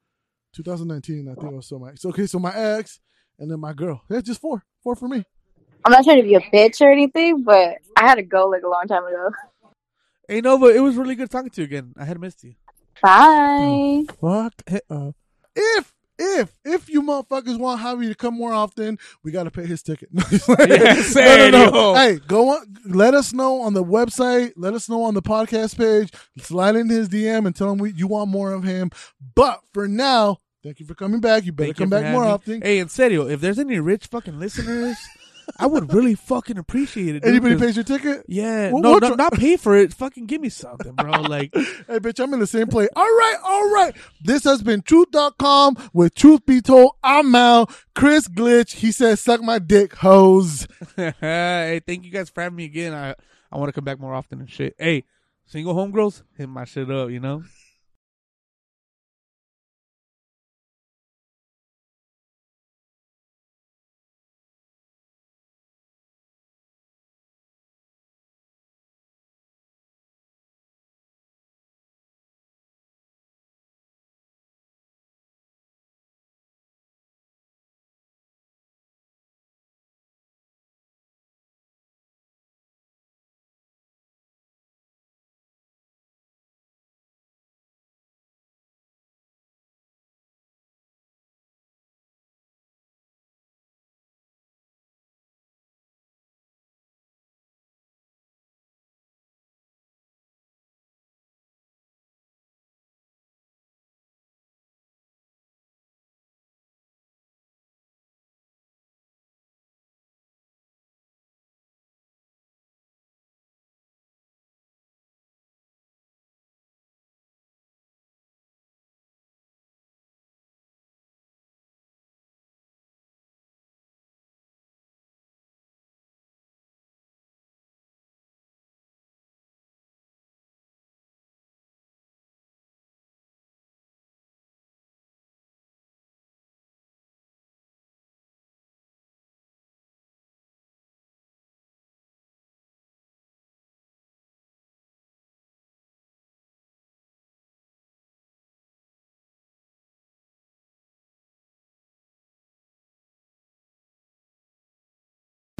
2019, I think it was so my. So okay, so my ex and then my girl. That's just four, four for me.
I'm not trying to be a bitch or anything, but I had to go like a long time
Oh.
ago.
Hey Nova, it was really good talking to you again. I had missed you.
Bye.
Fuck it up. If if if you motherfuckers want Javi to come more often, we gotta pay his ticket. No,
serio.
Hey, go on. Let us know on the website. Let us know on the podcast page. Slide into his DM and tell him we, you want more of him. But for now, thank you for coming back. You better
Thank you
come
for
back more
having me.
often.
Hey, in serio, if there's any rich fucking listeners, I would really fucking appreciate it. dude,
Anybody
'cause-
pays your ticket?
Yeah,
What-
no,
what
no
tr-
not pay for it. Fucking give me something, bro. Like,
Hey, bitch, I'm in the same place. All right, all right. This has been Truth.com with Truth Be Told. I'm out. Chris Glitch, he says, suck my dick, hoes.
hey, thank you guys for having me again. I I want to come back more often and shit. Hey, single homegirls, hit my shit up. You know.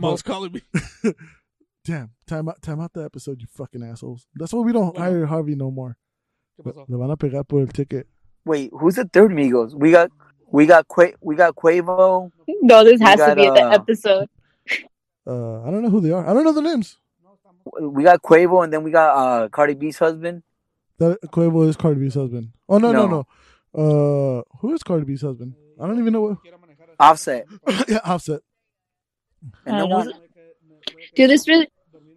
Mom's calling me.
Damn, time out, time out the episode, you fucking assholes. That's why we don't hire Harvey no more. Le van a pegar por el ticket.
Wait, who's the third Migos? We got we got Qua- we got Quavo.
No, this
We
has to
got,
be the
uh,
episode.
Uh, I don't know who they are. I don't know the names.
We got Quavo, and then we got uh, Cardi B's husband.
That Quavo is Cardi B's husband. Oh no no no.
No.
Uh, who is Cardi B's husband? I don't even know what.
Offset.
yeah, Offset.
And
I
then
don't
who's-
Dude, this really.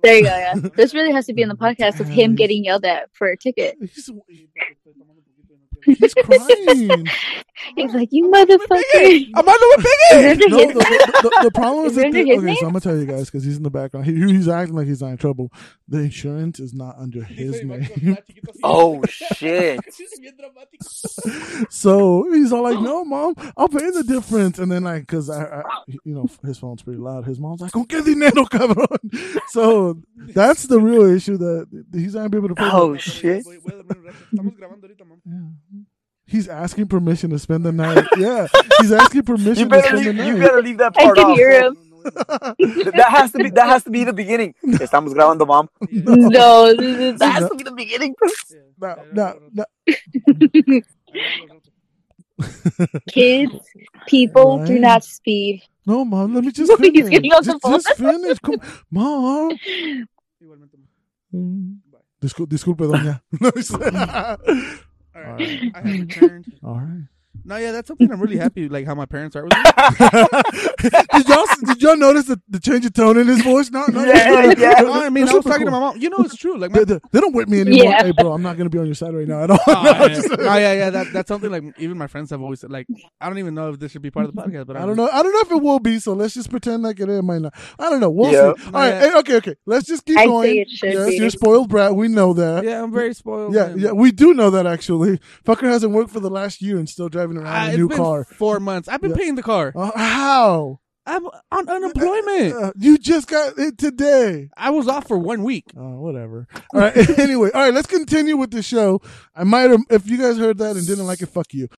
There you go. Yeah. This really has to be in the podcast of him
Mm.
Damn.
getting yelled at for a ticket.
He's he's crying.
He's like, "You motherfucker!"
I'm out of
Remember
no,
his-
the, the, the problem is that
Remember
the,
his
okay,
name?
so I'm gonna tell you guys because he's in the background. He, he's acting like he's not in trouble. The insurance is not under his name,
oh shit!
so he's all like, "No, mom, I'll pay the difference." And then like, cause I, I you know, his phone's pretty loud. His mom's like, "Don't get dinero, cabrón." So that's the real issue that he's not gonna be able to pay. the-
Oh shit!
Yeah. He's asking permission to spend the night. Yeah, he's asking permission
You
to
better
spend the
leave. You
night.
better leave that
I
part
can
off.
hear him.
That has to be. That has to be the beginning. Estamos grabando, mom.
No, this is
That has to be the beginning. bro.
No, no, no.
kids. People do
Right.
not speed.
No, mom, let me just
He's
finish.
getting on the
just, just finish. Come, mom. Discul- disculpe, doña.
All right. I have returned.
All right.
No, yeah, that's something I'm really happy. Like how my parents are with me.
did y'all did y'all notice the, the change of tone in his voice? No, no,
Yeah,
no.
yeah.
No, I mean, I was talking to my mom. You know, it's true. Like, my,
They, they- they don't whip me anymore.
Yeah.
Hey, bro, I'm not gonna be on your side right now at all.
Oh,
No,
yeah.
just-
No, yeah, yeah. That, that's something like even my friends have always said. Like, I don't even know if this should be part of the podcast, but
I don't know. I don't know if it will be. So let's just pretend like it, it might not. I don't know. We'll
Yeah.
see. All right. Hey, okay. Okay. Let's just keep
I
going.
say it should
yes,
be.
you're spoiled brat. We know that.
Yeah, I'm very spoiled.
Yeah,
man.
yeah, we do know that actually. Fucker hasn't worked for the last year and still driving
Ah,
around in
it's
a new
been
car.
Four months. I've been
Yeah.
paying the car.
Uh, how?
I'm on unemployment.
Uh, you just got it today.
I was off for one week.
Oh, whatever. All right. anyway, all right. Let's continue with the show. I might have, if you guys heard that and didn't like it, fuck you.